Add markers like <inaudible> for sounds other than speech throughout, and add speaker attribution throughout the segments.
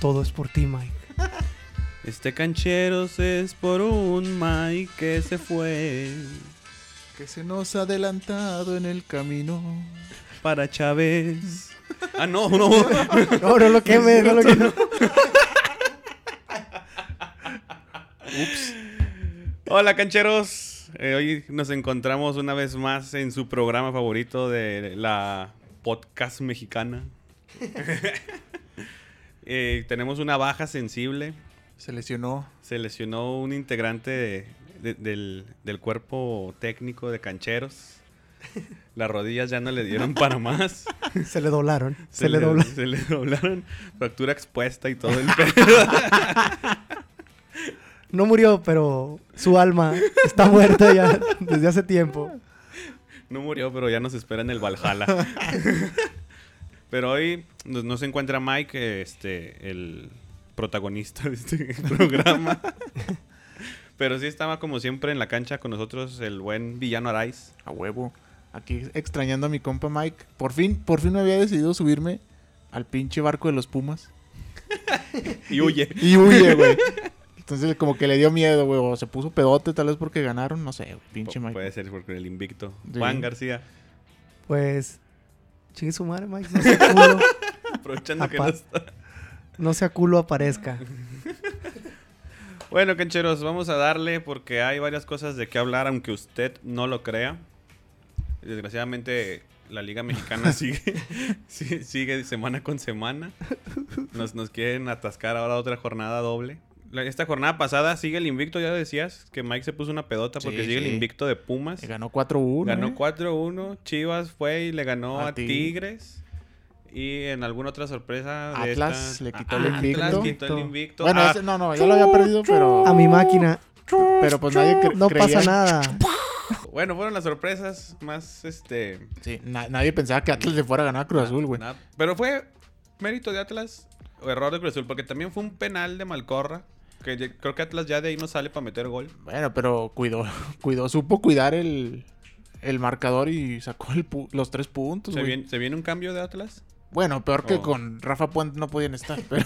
Speaker 1: Todo es por ti, Mike.
Speaker 2: Este cancheros es por un Mike que se fue
Speaker 3: Que se nos ha adelantado en el camino.
Speaker 2: para Chávez. Ah, no, no.
Speaker 1: <laughs> No, no lo quemes, no lo quemes.
Speaker 2: Hola, cancheros. Eh, hoy nos encontramos una vez más en su programa favorito de la podcast mexicana. Eh, tenemos una baja sensible.
Speaker 3: Se lesionó.
Speaker 2: Se lesionó un integrante de- de- del, del cuerpo técnico de cancheros. Las rodillas ya no le dieron para más.
Speaker 1: <laughs> Se le doblaron. Se, le, doblaron.
Speaker 2: Se le
Speaker 3: <laughs>
Speaker 2: doblaron. Fractura expuesta y todo el pedo.
Speaker 1: No murió, pero su alma está muerta ya <laughs> desde hace tiempo.
Speaker 2: No murió, pero ya nos espera en el Valhalla. <laughs> pero hoy no, no se encuentra Mike, eh, este, el protagonista de este <laughs> programa. pero sí estaba como siempre en la cancha con nosotros el buen Villano Araiz.
Speaker 3: A huevo. Aquí extrañando a mi compa Mike. Por fin, por fin me había decidido subirme al pinche barco de los Pumas. <laughs>
Speaker 2: Y huye.
Speaker 3: Y huye, güey. <laughs> Entonces, como que le dio miedo, güey. O se puso pedote, tal vez porque ganaron. No sé, güey. Pinche
Speaker 2: Pu-
Speaker 3: Mike.
Speaker 2: Puede ser porque el invicto.
Speaker 3: Sí.
Speaker 2: Juan García.
Speaker 1: Pues, chingue su madre, Mike. No sea culo,
Speaker 3: <laughs>
Speaker 2: Aprovechando que
Speaker 1: Apa.
Speaker 2: no está.
Speaker 1: no sea culo aparezca.
Speaker 2: Bueno, cancheros, vamos a darle porque hay varias cosas de qué hablar, aunque usted no lo crea. Desgraciadamente, la Liga Mexicana sigue, <laughs> sí- sigue semana con semana. Nos, nos quieren atascar ahora otra jornada doble. La- esta jornada pasada sigue el invicto, ya decías que Mike se puso una pedota porque
Speaker 3: Sí,
Speaker 2: sigue
Speaker 3: sí.
Speaker 2: el invicto de Pumas.
Speaker 3: Eh, Ganó 4-1.
Speaker 2: Ganó
Speaker 3: eh.
Speaker 2: 4-1, Chivas fue y le ganó
Speaker 3: A
Speaker 2: a,
Speaker 3: Tigres.
Speaker 2: Tigres. Y en alguna otra sorpresa de estas-
Speaker 3: Atlas le
Speaker 2: a-
Speaker 3: quitó el
Speaker 2: Atlas
Speaker 3: invicto.
Speaker 2: quitó el invicto.
Speaker 3: Bueno,
Speaker 2: Ah,
Speaker 3: ese- no, no, ya lo había perdido, pero.
Speaker 1: A mi máquina.
Speaker 3: Pero pues nadie cre-
Speaker 1: No
Speaker 3: creía-
Speaker 1: pasa nada.
Speaker 3: <laughs>
Speaker 2: Bueno, fueron las sorpresas más, este...
Speaker 3: Sí, na- nadie pensaba que Atlas le fuera a ganar a Cruz Azul, güey.
Speaker 2: Ah, nada. Pero fue mérito de Atlas o error de Cruz Azul, porque también fue un penal de Malcorra, que ya- creo que Atlas ya de ahí no sale para meter gol.
Speaker 3: Bueno, pero cuidó, <laughs> cuidó, supo cuidar el, el marcador y sacó el pu- los tres puntos,
Speaker 2: ¿Se
Speaker 3: Pues, güey.
Speaker 2: viene, se viene un cambio de Atlas?
Speaker 3: Bueno, peor que
Speaker 2: Oh.
Speaker 3: con Rafa Puente no podían estar, <laughs> pero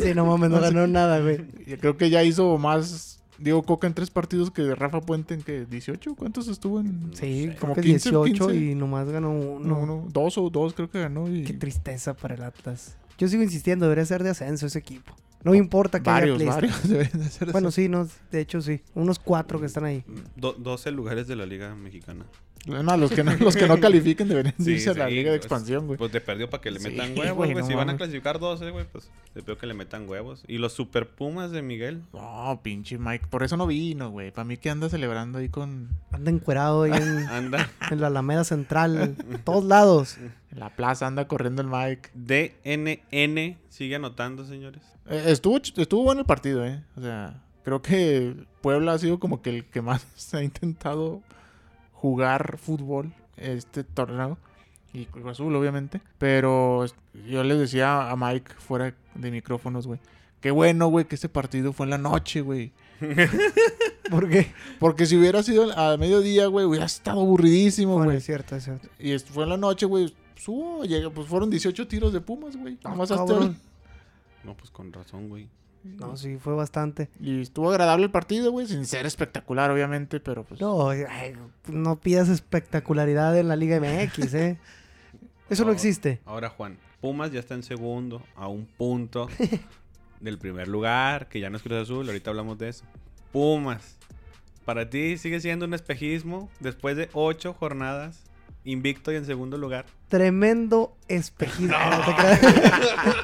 Speaker 1: Sí, no mames, no ganó nada, güey.
Speaker 3: yo creo que ya hizo más Diego Coca en tres partidos que Rafa Puente en que 18, ¿cuántos estuvo en?
Speaker 1: Sí,
Speaker 2: sé.
Speaker 1: como
Speaker 3: Como
Speaker 1: que
Speaker 3: 15,
Speaker 1: 18
Speaker 3: 15.
Speaker 1: y nomás ganó
Speaker 3: No,
Speaker 1: uno.
Speaker 3: uno, dos o dos creo que ganó y
Speaker 1: Qué tristeza para el Atlas. Yo sigo insistiendo, debería ser de ascenso ese equipo. No importa que haya
Speaker 3: varios,
Speaker 1: playstation.
Speaker 3: varios <laughs> deben de ser de
Speaker 1: Bueno,
Speaker 3: esos.
Speaker 1: sí, no, de hecho sí. Unos cuatro que están ahí.
Speaker 2: Mm. Do- 12 lugares de la Liga Mexicana.
Speaker 3: No, los que no,
Speaker 1: <laughs>
Speaker 3: los que no califiquen deberían
Speaker 2: Sí,
Speaker 3: irse a la
Speaker 2: sí,
Speaker 3: liga de
Speaker 2: pues,
Speaker 3: expansión, güey.
Speaker 2: Pues te perdió para que le
Speaker 3: Sí,
Speaker 2: metan huevos,
Speaker 3: güey,
Speaker 2: güey.
Speaker 3: no
Speaker 2: si van a
Speaker 3: mames.
Speaker 2: clasificar 12, güey, pues te pido que le metan huevos. Y los super pumas de Miguel.
Speaker 3: No, pinche Mike, por eso no vino, güey. Para mí que anda celebrando ahí con
Speaker 1: Anda encuerado ahí en,
Speaker 3: <laughs>
Speaker 2: Anda
Speaker 1: en la Alameda Central, todos lados.
Speaker 3: en la plaza, anda corriendo el Mike.
Speaker 2: DNN. Sigue anotando, señores.
Speaker 3: Eh, Estuvo, ch- estuvo bueno el partido, ¿eh? O sea, creo que Puebla ha sido como que el que más <laughs> ha intentado jugar fútbol este torneo. Y Cruz Azul, obviamente. Pero yo les decía a Mike fuera de micrófonos, güey. Qué bueno, güey, que este partido fue en la noche, güey.
Speaker 1: Porque,
Speaker 3: Porque si hubiera sido a mediodía, güey, hubiera estado
Speaker 1: <laughs>
Speaker 3: aburridísimo,
Speaker 1: bueno,
Speaker 3: güey.
Speaker 1: es cierto, es cierto.
Speaker 3: Y esto fue en la noche, güey. Subo, llega, pues fueron 18 tiros de Pumas, güey.
Speaker 1: Ah,
Speaker 3: Nomás hasta
Speaker 1: cabrón.
Speaker 2: No, pues con razón, güey.
Speaker 1: No, sí, fue bastante.
Speaker 3: Y estuvo agradable el partido, güey, sin ser espectacular, obviamente, pero pues...
Speaker 1: No, ay, no pidas espectacularidad en la Liga MX, ¿eh? Eso no
Speaker 2: Ahora-
Speaker 1: existe.
Speaker 2: Ahora, Juan, Pumas ya está en segundo, a un
Speaker 1: <laughs>
Speaker 2: punto del primer lugar, que ya no es Cruz Azul, ahorita hablamos de eso. Pumas, para ti sigue siendo un espejismo después de ocho jornadas, invicto y en segundo lugar.
Speaker 1: Tremendo espejismo. No, te creas.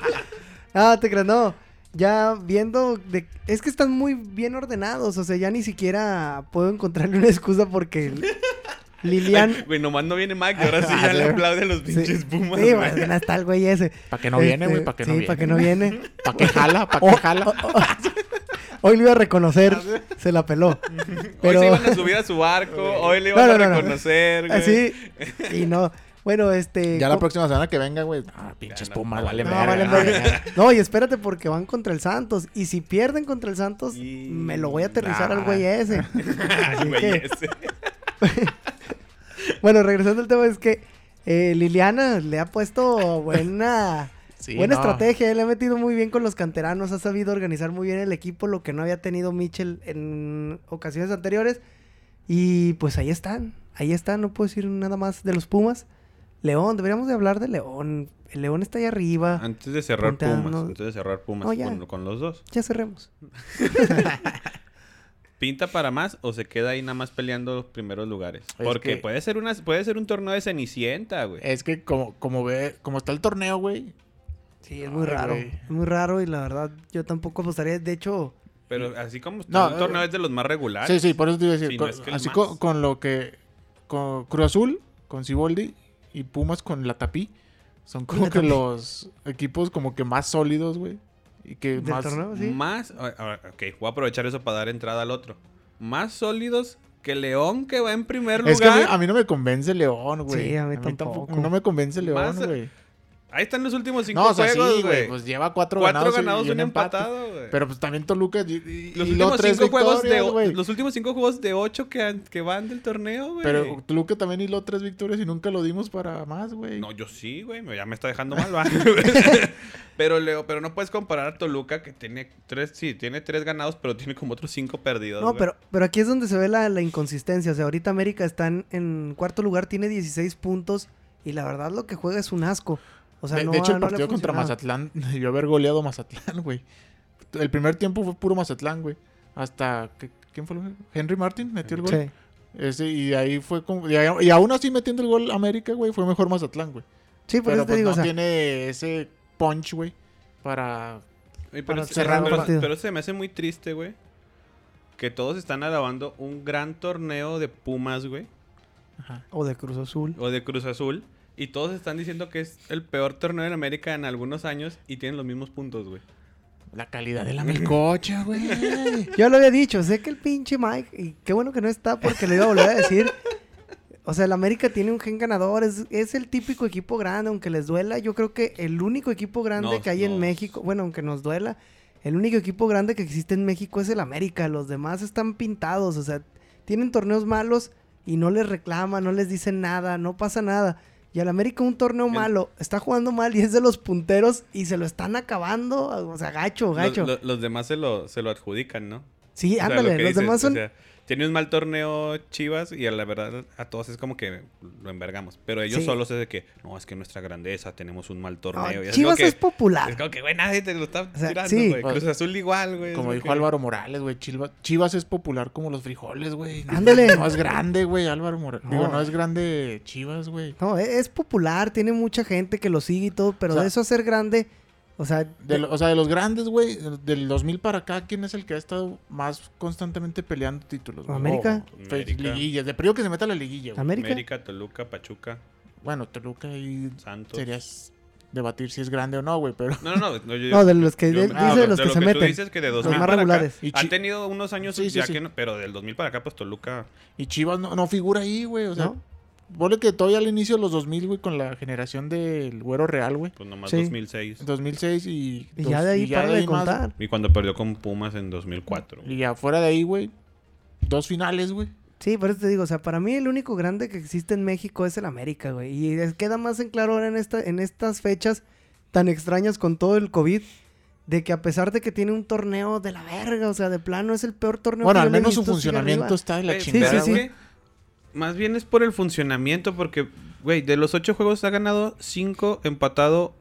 Speaker 1: <laughs> no, te creas, no. Ya viendo, de- es que están muy bien ordenados, o sea, ya ni siquiera puedo encontrarle una excusa porque Lilian...
Speaker 2: Ay, Güey, nomás no viene Mac,
Speaker 1: <laughs>
Speaker 2: y ahora sí ya le aplaude a los <laughs> pinches Pumas.
Speaker 1: Sí,
Speaker 2: güey.
Speaker 1: bueno, no está el güey ese.
Speaker 3: ¿Para qué no viene, güey?
Speaker 1: Este,
Speaker 3: ¿Para qué
Speaker 1: sí,
Speaker 3: no viene?
Speaker 1: para que no viene. Oh,
Speaker 3: ¿Para qué jala? ¿Para qué jala?
Speaker 1: Hoy lo iba a reconocer, se la peló. Pero
Speaker 2: Hoy se iban a subir a su barco, hoy le
Speaker 1: No,
Speaker 2: iban
Speaker 1: no, Ah,
Speaker 2: a
Speaker 1: no, no.
Speaker 2: reconocer,
Speaker 1: <laughs>
Speaker 2: güey.
Speaker 1: así y no. Bueno, este
Speaker 3: Ya la
Speaker 1: co-
Speaker 3: próxima semana que venga, güey. Ah, pinches
Speaker 2: Ya no,
Speaker 3: Pumas,
Speaker 2: no,
Speaker 3: vale
Speaker 1: no,
Speaker 3: verga,
Speaker 1: vale
Speaker 3: no,
Speaker 1: verga.
Speaker 3: verga.
Speaker 1: No, y espérate porque van contra el Santos y si pierden contra el Santos
Speaker 2: Y-
Speaker 1: me lo voy a aterrizar al
Speaker 3: nah.
Speaker 1: güey ese.
Speaker 2: <laughs> Ay,
Speaker 1: Así
Speaker 2: güey,
Speaker 1: que-
Speaker 2: ese.
Speaker 1: bueno, regresando al tema es que eh, Liliana le ha puesto buena
Speaker 3: Sí, <laughs> Sí,
Speaker 1: Buena
Speaker 3: no.
Speaker 1: estrategia, le ha metido muy bien con los canteranos, ha sabido organizar muy bien el equipo, lo que no había tenido Mitchell en ocasiones anteriores. Y pues ahí están, ahí están, no puedo decir nada más de los Pumas. León, deberíamos de hablar de León. El León está ahí arriba.
Speaker 2: Antes de cerrar
Speaker 1: Punteando.
Speaker 2: Pumas, antes de cerrar Pumas
Speaker 1: Ah. Oh, ya.
Speaker 2: con, con los dos.
Speaker 1: Ya cerremos.
Speaker 2: ¿Pinta para más o se queda ahí nada más peleando los primeros lugares?
Speaker 3: Es
Speaker 2: Porque
Speaker 3: que- Eh,
Speaker 2: puede ser una puede ser un torneo de cenicienta, güey.
Speaker 3: Es que como, como ve, como está el torneo, güey.
Speaker 1: Sí, es muy
Speaker 3: Ay,
Speaker 1: raro.
Speaker 3: güey.
Speaker 1: Es muy raro y la verdad yo tampoco apostaría. De hecho,
Speaker 2: Pero así como está,
Speaker 3: No,
Speaker 2: un
Speaker 3: eh,
Speaker 2: torneo es de los más regulares.
Speaker 3: Sí, sí, por eso te iba a
Speaker 2: Ah, Si no
Speaker 3: decir. con-
Speaker 2: es que el
Speaker 3: así
Speaker 2: más.
Speaker 3: con, con lo que. Con Cruz Azul, con Ciboldi y Pumas con la Tapí. Son como
Speaker 1: La
Speaker 3: que
Speaker 1: Tapí.
Speaker 3: los equipos como que más sólidos, güey. Y que
Speaker 1: del
Speaker 3: más.
Speaker 1: torneo, sí.
Speaker 2: Más, a- a- ok, voy a aprovechar eso para dar entrada al otro. Más sólidos que León que va en primer lugar.
Speaker 3: Es que a mí, a mí no me convence León, güey.
Speaker 1: Sí, a mí tampoco.
Speaker 3: No me convence León,
Speaker 2: Más-
Speaker 3: güey.
Speaker 2: Ahí están los últimos cinco
Speaker 3: No, o sea, sí,
Speaker 2: juegos,
Speaker 3: güey.
Speaker 2: güey.
Speaker 3: Pues lleva cuatro,
Speaker 2: Cuatro
Speaker 3: ganados, y-
Speaker 2: ganados,
Speaker 3: y
Speaker 2: un empatado, güey.
Speaker 3: Pero pues también Toluca. Y, y-
Speaker 2: Los
Speaker 3: y luego
Speaker 2: últimos,
Speaker 3: tres
Speaker 2: cinco juegos de,
Speaker 3: victorias,
Speaker 2: o-
Speaker 3: güey.
Speaker 2: los últimos cinco juegos de ocho que, han- que van del torneo, güey.
Speaker 3: Pero Toluca también hiló tres victorias y nunca lo dimos para más, güey.
Speaker 2: No, yo sí, güey. me- Ya me está dejando mal, va. pero, Leo, pero no puedes comparar a Toluca, que tiene tres, sí, tiene tres ganados, pero tiene como otros cinco perdidos.
Speaker 1: No,
Speaker 2: güey.
Speaker 1: pero, pero aquí es donde se ve la, la inconsistencia. O sea, ahorita América está en, en cuarto lugar, tiene 16 puntos y la verdad lo que juega es un asco. O sea,
Speaker 3: de,
Speaker 1: no
Speaker 3: de hecho,
Speaker 1: ha- no
Speaker 3: el
Speaker 1: le ha
Speaker 3: partido contra
Speaker 1: funcionado.
Speaker 3: Mazatlán <laughs> debió haber goleado a Mazatlán, güey. El primer tiempo fue puro Mazatlán, güey. Hasta. ¿qué- ¿Quién fue el gol? Henry Martin metió el gol.
Speaker 1: Sí.
Speaker 3: Ese, y de ahí fue como. Y, ahí- y aún así metiendo el gol América, güey, fue mejor Mazatlán, güey.
Speaker 1: Sí, por
Speaker 3: Pero
Speaker 1: eso te
Speaker 3: pues,
Speaker 1: digo,
Speaker 3: no
Speaker 1: o sea,
Speaker 3: tiene ese punch, güey, para.
Speaker 2: Oye,
Speaker 1: para
Speaker 2: pero, se-
Speaker 1: cerrar el
Speaker 2: pero-
Speaker 1: partido.
Speaker 2: pero se me hace muy triste, güey. Que todos están alabando un gran torneo de Pumas, güey.
Speaker 3: Ajá.
Speaker 1: o de Cruz Azul.
Speaker 2: O de Cruz Azul. Y todos están diciendo que es el peor torneo en América en algunos años y tienen los mismos puntos, güey.
Speaker 3: La calidad
Speaker 1: Mm.
Speaker 3: de la
Speaker 1: <laughs>
Speaker 3: melcocha, güey.
Speaker 1: Yo lo había dicho, sé que el pinche Mike, y qué bueno que no está porque le iba a volver a decir. O sea, el América tiene un gen ganador, es, es el típico equipo grande, aunque les duela. Yo creo que el único equipo grande
Speaker 2: Nos-
Speaker 1: que hay en
Speaker 2: nos-
Speaker 1: México, bueno, aunque nos duela, el único equipo grande que existe en México es el América. Los demás están pintados, o sea, tienen torneos malos y no les reclaman, no les dicen nada, no pasa nada. Y al América un torneo
Speaker 2: El-
Speaker 1: malo, está jugando mal y es de los punteros y se lo están acabando, o sea, gacho,
Speaker 2: Los,
Speaker 1: gacho.
Speaker 2: lo- los demás se lo, se lo adjudican, ¿no?
Speaker 1: Sí,
Speaker 2: O sea,
Speaker 1: ándale,
Speaker 2: lo que
Speaker 1: los
Speaker 2: dices,
Speaker 1: demás
Speaker 2: o
Speaker 1: son...
Speaker 2: sea, tiene un mal torneo Chivas y a la verdad a todos es como que lo envergamos. Pero ellos
Speaker 1: Sí.
Speaker 2: solos es de que, no, es que nuestra grandeza, tenemos un mal
Speaker 1: No,
Speaker 2: torneo. Y es
Speaker 1: Chivas
Speaker 2: como que,
Speaker 1: es popular.
Speaker 2: es como que, güey, nadie te lo está
Speaker 1: O sea,
Speaker 2: tirando,
Speaker 1: sí.
Speaker 2: güey. Cruz Azul igual, güey.
Speaker 3: Como
Speaker 2: Es
Speaker 3: dijo
Speaker 2: que-
Speaker 3: Álvaro Morales, güey. Chivas, Chivas es popular como los frijoles, güey.
Speaker 1: Ándale.
Speaker 3: No es grande, güey, Álvaro Morales. Digo,
Speaker 1: No.
Speaker 3: no es grande Chivas, güey.
Speaker 1: No, e- es popular, tiene mucha gente que lo sigue y todo, pero
Speaker 3: O sea,
Speaker 1: de eso a ser grande, o sea,
Speaker 3: De lo- o sea, de los grandes, güey, del 2000 para acá, ¿quién es el que ha estado más constantemente peleando títulos? güey?
Speaker 1: América.
Speaker 3: O, fe-
Speaker 2: América.
Speaker 3: Liguillas. De periodo que se meta a la liguilla, güey.
Speaker 1: América.
Speaker 2: América, Toluca, Pachuca,
Speaker 3: Bueno, Toluca ahí
Speaker 2: Santos.
Speaker 3: serías debatir si es grande o no, güey, pero...
Speaker 2: No, no, no. no, yo-
Speaker 1: No, de los que
Speaker 2: yo-
Speaker 1: de-
Speaker 2: ah,
Speaker 1: dice de los
Speaker 2: de
Speaker 1: que
Speaker 2: lo
Speaker 1: se
Speaker 2: tú
Speaker 1: meten.
Speaker 2: dices que de
Speaker 1: los
Speaker 2: 2000
Speaker 1: más
Speaker 2: para acá,
Speaker 1: regulares.
Speaker 3: Y
Speaker 2: ha
Speaker 3: chi-
Speaker 2: tenido unos años
Speaker 3: Sí, sí,
Speaker 2: ya
Speaker 3: sí.
Speaker 2: que no- pero del 2000 para acá, pues Toluca.
Speaker 3: Y Chivas no, no figura ahí, güey, o sea...
Speaker 1: ¿No?
Speaker 3: Ponle que todavía al inicio de los 2000, güey, con la generación del Güero Real, güey.
Speaker 2: Pues nomás
Speaker 1: Sí.
Speaker 2: 2006.
Speaker 3: 2006 y...
Speaker 1: Y
Speaker 3: dos-
Speaker 1: ya de ahí para de
Speaker 3: ahí más,
Speaker 1: contar.
Speaker 2: Y cuando perdió con Pumas en 2004.
Speaker 3: Y ya fuera de ahí, güey, dos finales, güey.
Speaker 1: Sí, por eso te digo, o sea, para mí el único grande que existe en México es el América, güey. Y es- queda más en claro ahora en, esta, en estas fechas tan extrañas con todo el COVID, de que a pesar de que tiene un torneo de la verga, o sea, de plano es el peor torneo
Speaker 3: Bueno,
Speaker 1: que
Speaker 3: al
Speaker 1: pues yo le he
Speaker 3: menos su
Speaker 1: visto, sigue
Speaker 3: funcionamiento
Speaker 1: arriba.
Speaker 3: está de la
Speaker 2: Pe-
Speaker 1: sí,
Speaker 3: chingada,
Speaker 2: pero
Speaker 1: sí.
Speaker 2: es
Speaker 3: güey.
Speaker 2: que Más bien es por el funcionamiento, porque, güey, de los ocho juegos ha ganado cinco, empatado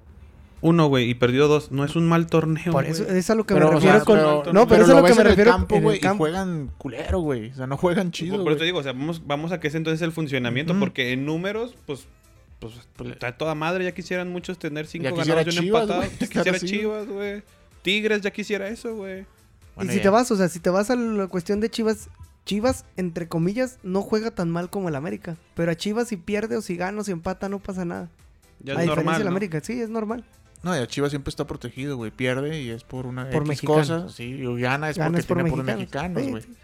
Speaker 2: uno, güey, y perdido dos. No es un mal torneo.
Speaker 1: Por
Speaker 2: güey.
Speaker 1: eso es a lo que
Speaker 3: Pero,
Speaker 1: me
Speaker 3: o
Speaker 1: refiero
Speaker 3: sea,
Speaker 1: con
Speaker 3: pero-
Speaker 1: No, pero, eso es a lo
Speaker 3: ves
Speaker 1: que me
Speaker 3: en el
Speaker 1: refiero
Speaker 3: campo,
Speaker 1: en el
Speaker 3: güey, y
Speaker 1: campo.
Speaker 3: juegan culero, güey. O sea, no juegan
Speaker 2: Por-
Speaker 3: chido,
Speaker 2: por
Speaker 3: güey.
Speaker 2: eso te digo, o sea, vamos, vamos a que es entonces el funcionamiento,
Speaker 3: Ujú.
Speaker 2: porque en números, pues, pues
Speaker 3: Pues,
Speaker 2: está toda madre. Ya quisieran muchos tener cinco
Speaker 3: Ya
Speaker 2: ganados
Speaker 3: quisiera
Speaker 2: y un
Speaker 3: Chivas,
Speaker 2: empatado.
Speaker 3: <laughs> güey,
Speaker 2: Ya
Speaker 3: estar
Speaker 2: quisiera
Speaker 3: así,
Speaker 2: Chivas, güey. Tigres ya quisiera eso, güey.
Speaker 3: Bueno,
Speaker 1: y si
Speaker 3: ya.
Speaker 1: te vas, o sea, si te vas a la cuestión de Chivas, Chivas, entre comillas, no juega tan mal como el América. Pero a Chivas si pierde o si gana o si empata no pasa nada.
Speaker 2: Ya
Speaker 1: a
Speaker 2: es
Speaker 1: diferencia
Speaker 2: normal.
Speaker 1: del
Speaker 2: ¿no?
Speaker 1: América, sí, es normal.
Speaker 3: No, y a Chivas siempre está protegido, güey. Pierde y es por una
Speaker 1: Por
Speaker 3: X
Speaker 1: mexicano.
Speaker 3: cosa. Sí, y gana es
Speaker 1: Gana
Speaker 3: porque
Speaker 1: es por
Speaker 3: tiene puros
Speaker 1: mexicanos.
Speaker 3: mexicanos,
Speaker 1: Sí,
Speaker 3: güey.
Speaker 1: sí.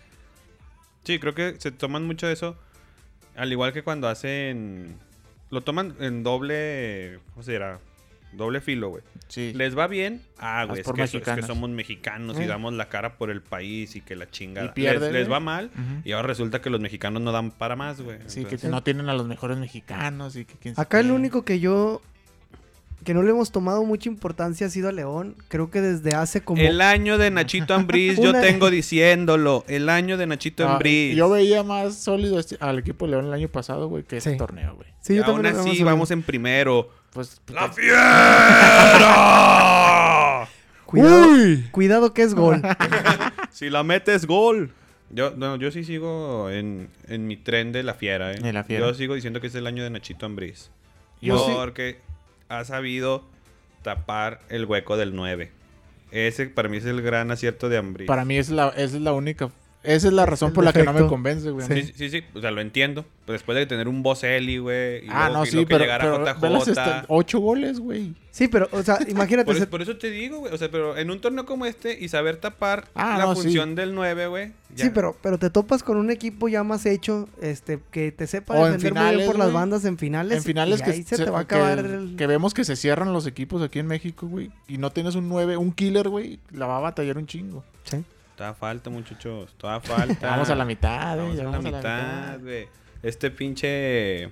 Speaker 2: Sí, creo que se toman mucho de eso. Al igual que cuando hacen. Lo toman en doble. ¿Cómo se dirá? Doble filo, güey.
Speaker 3: Sí.
Speaker 2: Les va bien. Ah, güey, es
Speaker 3: Haz por
Speaker 2: que, so- es que
Speaker 3: mexicanos.
Speaker 2: somos mexicanos y
Speaker 1: Eh.
Speaker 2: damos la cara por el país y que la chingada.
Speaker 3: Y pierden,
Speaker 2: les, les
Speaker 3: ¿eh?
Speaker 2: va mal.
Speaker 3: Ujú.
Speaker 2: Y ahora resulta que los mexicanos no dan para más, güey.
Speaker 3: Sí,
Speaker 2: Entonces, Este,
Speaker 3: que no tienen a los mejores mexicanos y que quién sabe.
Speaker 1: Acá el único que yo que no le hemos tomado mucha importancia ha sido a León. Creo que desde hace como.
Speaker 2: El año de Nachito Ambriz,
Speaker 1: <laughs>
Speaker 2: yo
Speaker 1: Una-
Speaker 2: tengo diciéndolo. El año de Nachito
Speaker 3: Ah,
Speaker 2: Ambriz.
Speaker 3: yo veía más sólido este- al equipo de León el año pasado, güey, que este
Speaker 1: Sí.
Speaker 3: torneo, güey.
Speaker 1: Sí,
Speaker 2: Y
Speaker 1: yo
Speaker 2: aún
Speaker 1: también lo-
Speaker 2: así,
Speaker 1: a ver.
Speaker 2: vamos en primero.
Speaker 3: Pues, pues,
Speaker 2: ¡La fiera!
Speaker 1: Cuidado,
Speaker 3: ¡Uy!
Speaker 1: cuidado que es
Speaker 3: <laughs>
Speaker 1: gol.
Speaker 2: si la metes, gol. Yo, no, yo sí sigo en, en mi tren de la fiera, ¿eh?
Speaker 3: De la fiera.
Speaker 2: Yo sigo diciendo que es el año de Nachito Ambriz.
Speaker 3: Yo sí-
Speaker 2: porque ha sabido tapar el hueco del 9. Ese para mí es el gran acierto de Ambriz.
Speaker 3: para mí es la, esa es la única. Esa es la razón
Speaker 1: el
Speaker 3: por la que no me
Speaker 1: defecto.
Speaker 3: convence, güey.
Speaker 2: Sí, sí, sí, o sea, lo entiendo. Pero después de tener un Bocelli, güey. y
Speaker 3: Ah,
Speaker 2: luego
Speaker 3: no,
Speaker 2: que-
Speaker 3: sí,
Speaker 2: luego que
Speaker 3: pero,
Speaker 2: llegara
Speaker 3: pero este,
Speaker 2: JJ.
Speaker 3: ve las esta- ocho goles, güey.
Speaker 1: Sí, pero, o sea, imagínate.
Speaker 2: <laughs> Por,
Speaker 1: se-
Speaker 2: eso, por eso te digo, güey. O sea, pero en un torneo como este y saber tapar
Speaker 3: Ah,
Speaker 2: la
Speaker 3: no, sí.
Speaker 2: función del 9, güey. ya.
Speaker 1: Sí, pero, pero te topas con un equipo ya más hecho, este, que te sepa
Speaker 3: O en
Speaker 1: defender muy
Speaker 3: finales,
Speaker 1: bien por las
Speaker 3: güey.
Speaker 1: bandas en finales.
Speaker 3: En finales
Speaker 1: y
Speaker 3: que,
Speaker 1: ahí se,
Speaker 3: se-
Speaker 1: te va a
Speaker 3: que-
Speaker 1: acabar el...
Speaker 3: que vemos que se cierran los equipos aquí en México, güey. Y no tienes un 9, un killer, güey. La va a batallar un chingo.
Speaker 1: Sí.
Speaker 2: Toda falta, muchachos. Toda falta.
Speaker 3: <laughs> Vamos a la mitad,
Speaker 2: Vamos a
Speaker 3: eh. ya
Speaker 2: la
Speaker 3: vamos a la
Speaker 2: mitad,
Speaker 3: mitad.
Speaker 2: güey. Este pinche.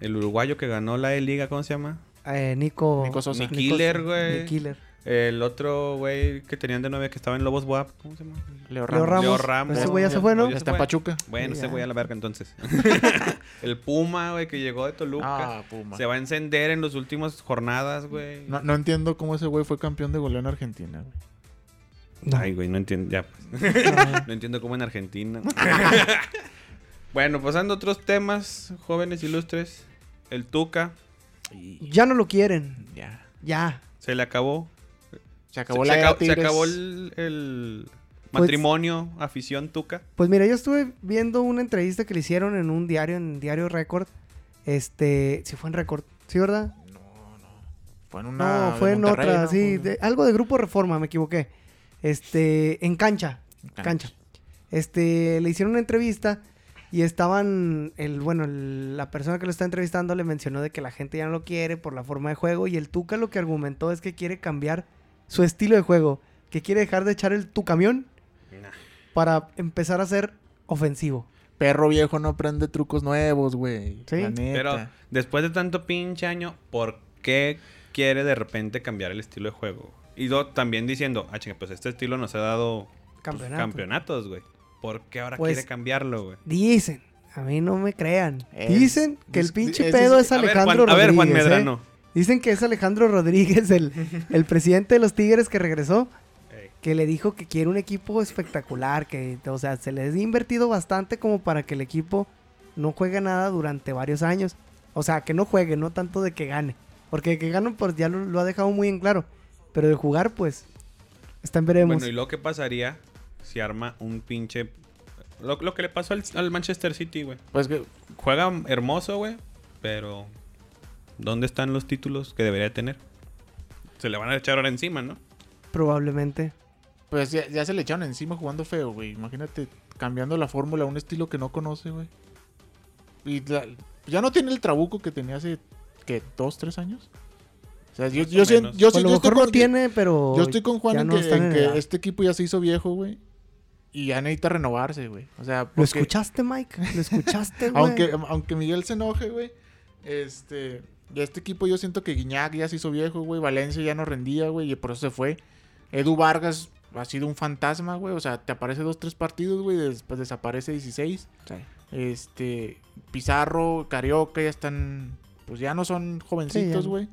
Speaker 2: El uruguayo que ganó la E-Liga, ¿cómo se llama?
Speaker 1: Eh, Nico...
Speaker 3: Nico Sosa.
Speaker 2: Ni Killer, güey.
Speaker 1: Ni Killer.
Speaker 2: El otro güey que tenían de 9 que estaba en Lobos WAP. ¿Cómo se llama?
Speaker 3: Leo
Speaker 1: Leo
Speaker 3: Ramos.
Speaker 1: Ramos.
Speaker 2: Leo Ramos.
Speaker 1: Ese güey ya se fue, ¿no?
Speaker 2: Ya se
Speaker 3: Está en
Speaker 2: fue.
Speaker 3: Pachuca.
Speaker 2: Bueno, ese
Speaker 1: Ya.
Speaker 2: güey a la verga entonces. <laughs> el Puma, güey, que llegó de Toluca.
Speaker 3: Ah, Puma.
Speaker 2: se va a encender en las últimas jornadas, güey.
Speaker 3: No, no entiendo cómo ese güey fue campeón de goleo en Argentina, güey.
Speaker 1: No. <laughs>
Speaker 2: Ay, güey, no entiendo. Ya, pues. no entiendo cómo en
Speaker 3: <laughs>
Speaker 2: Argentina. bueno, pasando a otros temas, jóvenes ilustres. El Tuca
Speaker 1: Ya no lo quieren.
Speaker 3: Ya.
Speaker 1: Ya.
Speaker 2: se le acabó.
Speaker 3: Se
Speaker 2: Se,
Speaker 3: acabó
Speaker 2: se
Speaker 3: la era
Speaker 2: acabó- se
Speaker 3: Tigres.
Speaker 2: acabó el, el
Speaker 1: Pues-
Speaker 2: matrimonio, afición Tuca.
Speaker 1: Pues mira, yo estuve viendo una entrevista que le hicieron en un diario, en Diario Record. Este... Si fue en Record. ¿Sí, verdad?
Speaker 3: No, no. Fue en una.
Speaker 1: no, fue
Speaker 3: de
Speaker 1: en
Speaker 3: Monterrey,
Speaker 1: otra,
Speaker 3: ¿no?
Speaker 1: sí.
Speaker 3: Fue-
Speaker 1: de- algo de Grupo Reforma, me equivoqué. Este... En cancha. cancha. Este, le hicieron una entrevista y estaban, el, bueno, el- la persona que lo está entrevistando le mencionó de que la gente ya no lo quiere por la forma de juego y el Tuca lo que argumentó es que quiere cambiar su estilo de juego, que quiere dejar de echar el tu camión para empezar a ser ofensivo.
Speaker 3: Perro viejo no aprende trucos nuevos, güey.
Speaker 1: Sí.
Speaker 3: La neta.
Speaker 2: Pero después de tanto pinche año, ¿por qué quiere de repente cambiar el estilo de juego? Y do- también diciendo, ah, chinga, pues este estilo nos ha dado pues,
Speaker 1: Campeonato.
Speaker 2: campeonatos, güey. ¿Por qué ahora
Speaker 1: Pues-
Speaker 2: quiere cambiarlo, güey?
Speaker 1: Dicen, a mí no me crean,
Speaker 3: Es-
Speaker 1: dicen que el
Speaker 3: dis-
Speaker 1: pinche
Speaker 3: es-
Speaker 1: pedo
Speaker 3: es-
Speaker 1: es Alejandro
Speaker 2: a ver, Juan, a ver, Juan
Speaker 1: Rodríguez, ¿eh?
Speaker 2: Medrano.
Speaker 1: Dicen que es Alejandro Rodríguez,
Speaker 2: <laughs>
Speaker 1: el, el presidente de los Tigres que regresó.
Speaker 2: Ey.
Speaker 1: que le dijo que quiere un equipo espectacular, que, o sea, se les ha invertido bastante como para que el equipo no juegue nada durante varios años. O sea, que no juegue, no tanto de que gane. Porque de que gane, pues ya lo, lo ha dejado muy en claro. Pero de jugar, pues, está en veremos.
Speaker 2: Bueno, ¿y lo que pasaría si arma un pinche... Lo, lo que le pasó al, al Manchester City, güey.
Speaker 3: Pues que.
Speaker 2: Juega hermoso, güey, pero... ¿Dónde están los títulos que debería tener? Se le van a echar ahora encima, ¿no?
Speaker 1: Probablemente.
Speaker 3: Pues ya, ya se le echaron encima jugando feo, güey. Imagínate cambiando la fórmula a un estilo que no conoce, güey. Y la- ya no tiene el trabuco que tenía hace, ¿qué? ¿Dos, tres años? O sea, yo,
Speaker 2: Más o
Speaker 3: yo, sien-
Speaker 2: menos.
Speaker 3: yo,
Speaker 1: Por Pues,
Speaker 3: sí-
Speaker 1: lo
Speaker 3: yo estoy
Speaker 1: mejor lo
Speaker 3: con-
Speaker 1: tiene, pero...
Speaker 3: yo estoy con Juan
Speaker 1: ya
Speaker 3: en
Speaker 1: no
Speaker 3: que,
Speaker 1: están
Speaker 3: en
Speaker 1: en
Speaker 3: que
Speaker 1: edad.
Speaker 3: este equipo ya se hizo viejo, güey. Y ya necesita renovarse, güey. O sea,
Speaker 1: ¿Lo
Speaker 3: porque-
Speaker 1: escuchaste, Mike? ¿Lo
Speaker 3: <laughs>
Speaker 1: escuchaste, <laughs> güey?
Speaker 3: aunque, aunque Miguel se enoje, güey. Este, ya este equipo yo siento que Guiñac ya se hizo viejo, güey. Valencia ya no rendía, güey. Y por eso se fue. Edu Vargas ha sido un fantasma, güey. O sea, te aparece dos, tres partidos, güey. Después desaparece 16. Este, Pizarro, Carioca ya están. Pues ya no son
Speaker 1: Sí, ya
Speaker 3: jovencitos,
Speaker 1: no.
Speaker 3: güey.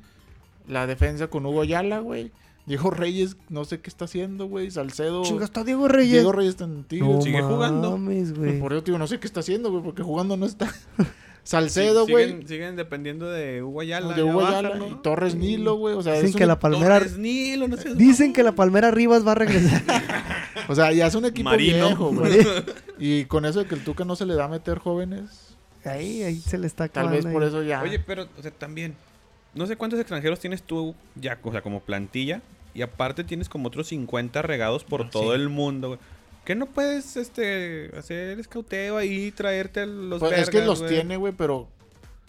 Speaker 3: La defensa con Hugo Ayala, güey. Diego Reyes, no sé qué está haciendo, güey. Salcedo.
Speaker 1: Chinga, está Diego Reyes.
Speaker 3: Diego Reyes está en Tigres.
Speaker 1: no
Speaker 2: sigue jugando.
Speaker 1: mames, güey.
Speaker 3: Pues Por eso, tío, no sé qué está haciendo, güey, porque jugando no
Speaker 2: <laughs>
Speaker 3: está.
Speaker 2: Sí,
Speaker 3: Salcedo, güey.
Speaker 2: siguen, siguen dependiendo de Hugo Ayala.
Speaker 3: de
Speaker 2: ya
Speaker 3: Hugo
Speaker 2: bajan,
Speaker 3: Ayala
Speaker 2: ¿no?
Speaker 3: y Torres Nilo, güey. O sea,
Speaker 1: Dicen
Speaker 3: es un
Speaker 1: que la
Speaker 3: e-
Speaker 1: palmera...
Speaker 2: Torres Nilo, no seas
Speaker 1: Dicen que la palmera Rivas va a regresar. <laughs>
Speaker 3: o sea, ya es un equipo
Speaker 2: Marino. <laughs>
Speaker 3: viejo, güey. y con eso de que el Tuca no se le da a meter jóvenes,
Speaker 1: Ahí, ahí se le está
Speaker 3: tal
Speaker 1: acabando.
Speaker 3: vez por
Speaker 1: ahí.
Speaker 3: eso ya.
Speaker 2: Oye, pero, o sea, también. No sé cuántos extranjeros tienes tú ya, o sea, como plantilla. Y aparte tienes como otros 50 regados por
Speaker 3: Ah,
Speaker 2: todo
Speaker 3: sí.
Speaker 2: el mundo, güey. ¿Qué no puedes este, hacer escauteo ahí, traerte a los
Speaker 3: Pues, es que
Speaker 2: vergas,
Speaker 3: los
Speaker 2: güey?
Speaker 3: tiene, güey, pero.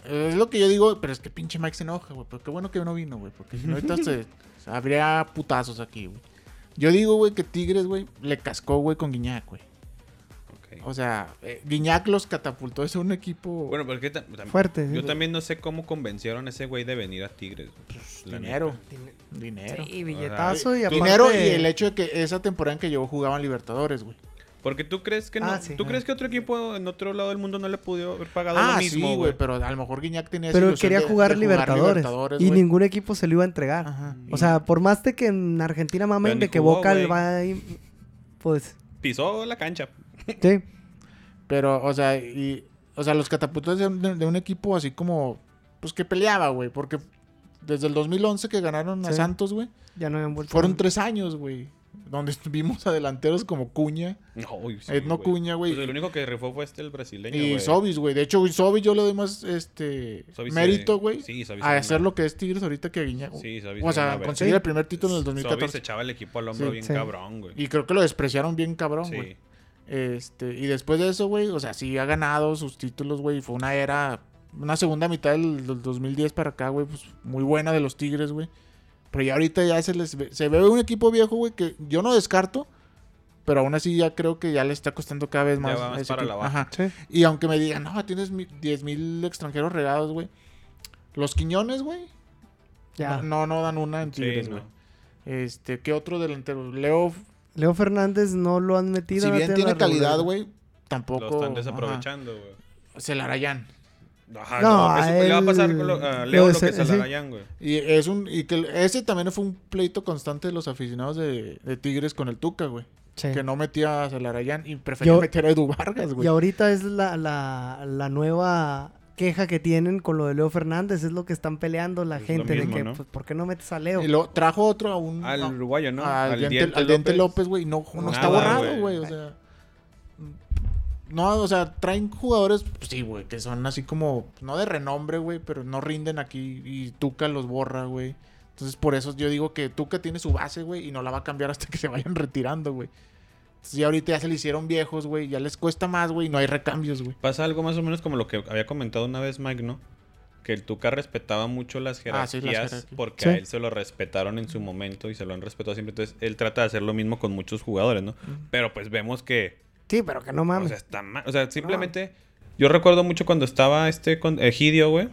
Speaker 3: Es lo que yo digo, pero es que pinche Mike se enoja, güey. Pero qué bueno que no vino, güey. Porque si no,
Speaker 2: <laughs>
Speaker 3: ahorita se, se habría putazos aquí, güey. Yo digo, güey, que Tigres, güey, le cascó, güey, con Guiñac, güey.
Speaker 2: Ok. Ok.
Speaker 3: O sea, eh, Guiñac los catapultó. Es un equipo
Speaker 2: Bueno, porque ta- tam-
Speaker 1: Fuerte, sí,
Speaker 2: Yo
Speaker 1: güey.
Speaker 2: también no sé cómo convencieron a ese güey de venir a Tigres. güey. La
Speaker 3: dinero.
Speaker 2: neta.
Speaker 3: Dinero.
Speaker 4: Sí,
Speaker 1: billetazo y
Speaker 2: Ajá.
Speaker 1: aparte...
Speaker 3: Dinero y el hecho de que esa temporada en que yo jugaba en Libertadores, güey.
Speaker 2: Porque tú crees que no,
Speaker 1: Ah, sí.
Speaker 2: tú crees que otro equipo en otro lado del mundo no le pudo haber pagado
Speaker 3: Ah,
Speaker 2: lo
Speaker 3: sí,
Speaker 2: mismo,
Speaker 3: güey,
Speaker 2: güey.
Speaker 3: pero a lo mejor Guiñac tenía esa
Speaker 1: Pero
Speaker 3: ilusión
Speaker 1: quería
Speaker 3: de-
Speaker 1: jugar,
Speaker 3: de
Speaker 1: libertadores, y
Speaker 3: güey.
Speaker 1: ningún equipo se lo iba a entregar.
Speaker 3: Ajá.
Speaker 1: O sea, por más de que en Argentina mamen
Speaker 2: Pero ni
Speaker 1: de que
Speaker 2: jugó,
Speaker 1: Boca
Speaker 2: güey.
Speaker 1: va a ir- Pues,
Speaker 2: Pisó la cancha.
Speaker 1: sí.
Speaker 3: Pero, o sea, y, o sea los catapultos de, un- de un equipo así como, pues que peleaba, güey, porque desde el 2011 que ganaron a
Speaker 1: Sí.
Speaker 3: Santos, güey,
Speaker 1: Ya no habían vuelto.
Speaker 3: fueron tres años, güey, donde <laughs> vimos a delanteros como Cuña,
Speaker 2: No, uy, sí,
Speaker 3: Edno
Speaker 2: güey.
Speaker 3: Cuña, güey,
Speaker 2: Pues el único que rifó fue este el brasileño,
Speaker 3: y
Speaker 2: güey.
Speaker 3: Sobis, güey. De hecho, güey, Sobis yo le doy más, este,
Speaker 2: Sobis,
Speaker 3: mérito,
Speaker 2: eh,
Speaker 3: güey,
Speaker 2: sí, Sobis
Speaker 3: a
Speaker 2: era
Speaker 3: hacer
Speaker 2: una-
Speaker 3: lo que es Tigres ahorita que Guiñac.
Speaker 2: Sí, Sobis
Speaker 3: o
Speaker 2: era
Speaker 3: sea,
Speaker 2: una
Speaker 3: conseguir
Speaker 1: Sí.
Speaker 3: el primer título en el
Speaker 2: Sobis
Speaker 3: 2014.
Speaker 2: echaba el equipo al hombro
Speaker 3: Sí,
Speaker 2: bien
Speaker 1: sí.
Speaker 2: cabrón, güey.
Speaker 3: Y creo que lo despreciaron bien cabrón,
Speaker 2: Sí.
Speaker 3: güey. Este, y después de eso, güey, o sea, sí ha ganado sus títulos, güey. Fue una era, una segunda mitad del, del 2010 para acá, güey, pues muy buena de los Tigres, güey. Pero ya ahorita ya se les ve- se ve un equipo viejo, güey, que yo no descarto, pero aún así ya creo que ya le está costando cada vez
Speaker 2: Ya
Speaker 3: más.
Speaker 2: va
Speaker 3: a
Speaker 2: más
Speaker 3: ese
Speaker 2: para la
Speaker 3: equipo.
Speaker 2: baja.
Speaker 3: Ajá.
Speaker 1: Sí.
Speaker 3: Y aunque me digan, no, tienes mi- 10 mil extranjeros regados, güey. Los Quiñones, güey,
Speaker 1: Ya.
Speaker 3: no, no, no dan una en
Speaker 2: Sí,
Speaker 3: Tigres,
Speaker 2: no.
Speaker 3: güey. Este, ¿qué otro delantero? Leo
Speaker 1: Leo Fernández no lo han metido.
Speaker 3: si
Speaker 1: no
Speaker 3: bien
Speaker 1: la
Speaker 3: tiene calidad,
Speaker 1: regularidad.
Speaker 3: güey, tampoco.
Speaker 2: Lo están
Speaker 3: ajá.
Speaker 2: desaprovechando, güey.
Speaker 3: Celarayán.
Speaker 2: Ajá,
Speaker 1: No,
Speaker 2: no,
Speaker 1: a
Speaker 2: eso le va a pasar
Speaker 1: él-
Speaker 2: con lo-
Speaker 1: Leo
Speaker 2: a Leo lo
Speaker 1: se-
Speaker 2: que se
Speaker 1: sí.
Speaker 2: la hayan, güey.
Speaker 3: Y es un y que el- ese también fue un pleito constante de los aficionados de, de Tigres con el Tuca, güey,
Speaker 1: Sí.
Speaker 3: que no metía a Celarayán y prefería
Speaker 1: Yo-
Speaker 3: meter a Edu Vargas, güey.
Speaker 1: Y ahorita es la, la, la nueva queja que tienen con lo de Leo Fernández. Es lo que están peleando la
Speaker 2: Es lo
Speaker 1: gente.
Speaker 2: mismo,
Speaker 1: de que,
Speaker 2: ¿no?
Speaker 1: pues, ¿por qué no metes a Leo?
Speaker 3: Y luego trajo otro a un
Speaker 2: Al
Speaker 3: a-
Speaker 2: uruguayo, ¿no?
Speaker 3: al, diente, al Diente López, güey, y no, no
Speaker 1: Nada,
Speaker 3: está borrado,
Speaker 2: güey.
Speaker 3: güey, o sea, no, o sea, traen jugadores, pues sí, güey, que son así como, no de renombre, güey, pero no rinden aquí y Tuca los borra, güey. Entonces, por eso yo digo que Tuca tiene su base, güey, y no la va a cambiar hasta que se vayan <laughs> retirando, güey. Entonces, ya ahorita ya se le hicieron viejos, güey, ya les cuesta más, güey, y no hay recambios, güey.
Speaker 2: Pasa algo más o menos como lo que había comentado una vez Magno, que el Tuca respetaba mucho las
Speaker 3: Ah,
Speaker 2: jerarquías
Speaker 3: sí, las jerarquías.
Speaker 2: porque
Speaker 1: Sí.
Speaker 2: a él se lo respetaron en su momento y se lo han respetado siempre. Entonces, él trata de hacer lo mismo con muchos jugadores, ¿no? Pero pues vemos que,
Speaker 1: Sí, pero que no mames. Ah.
Speaker 2: o sea, está mal. O sea, simplemente, yo recuerdo mucho cuando estaba este con Egidio, güey.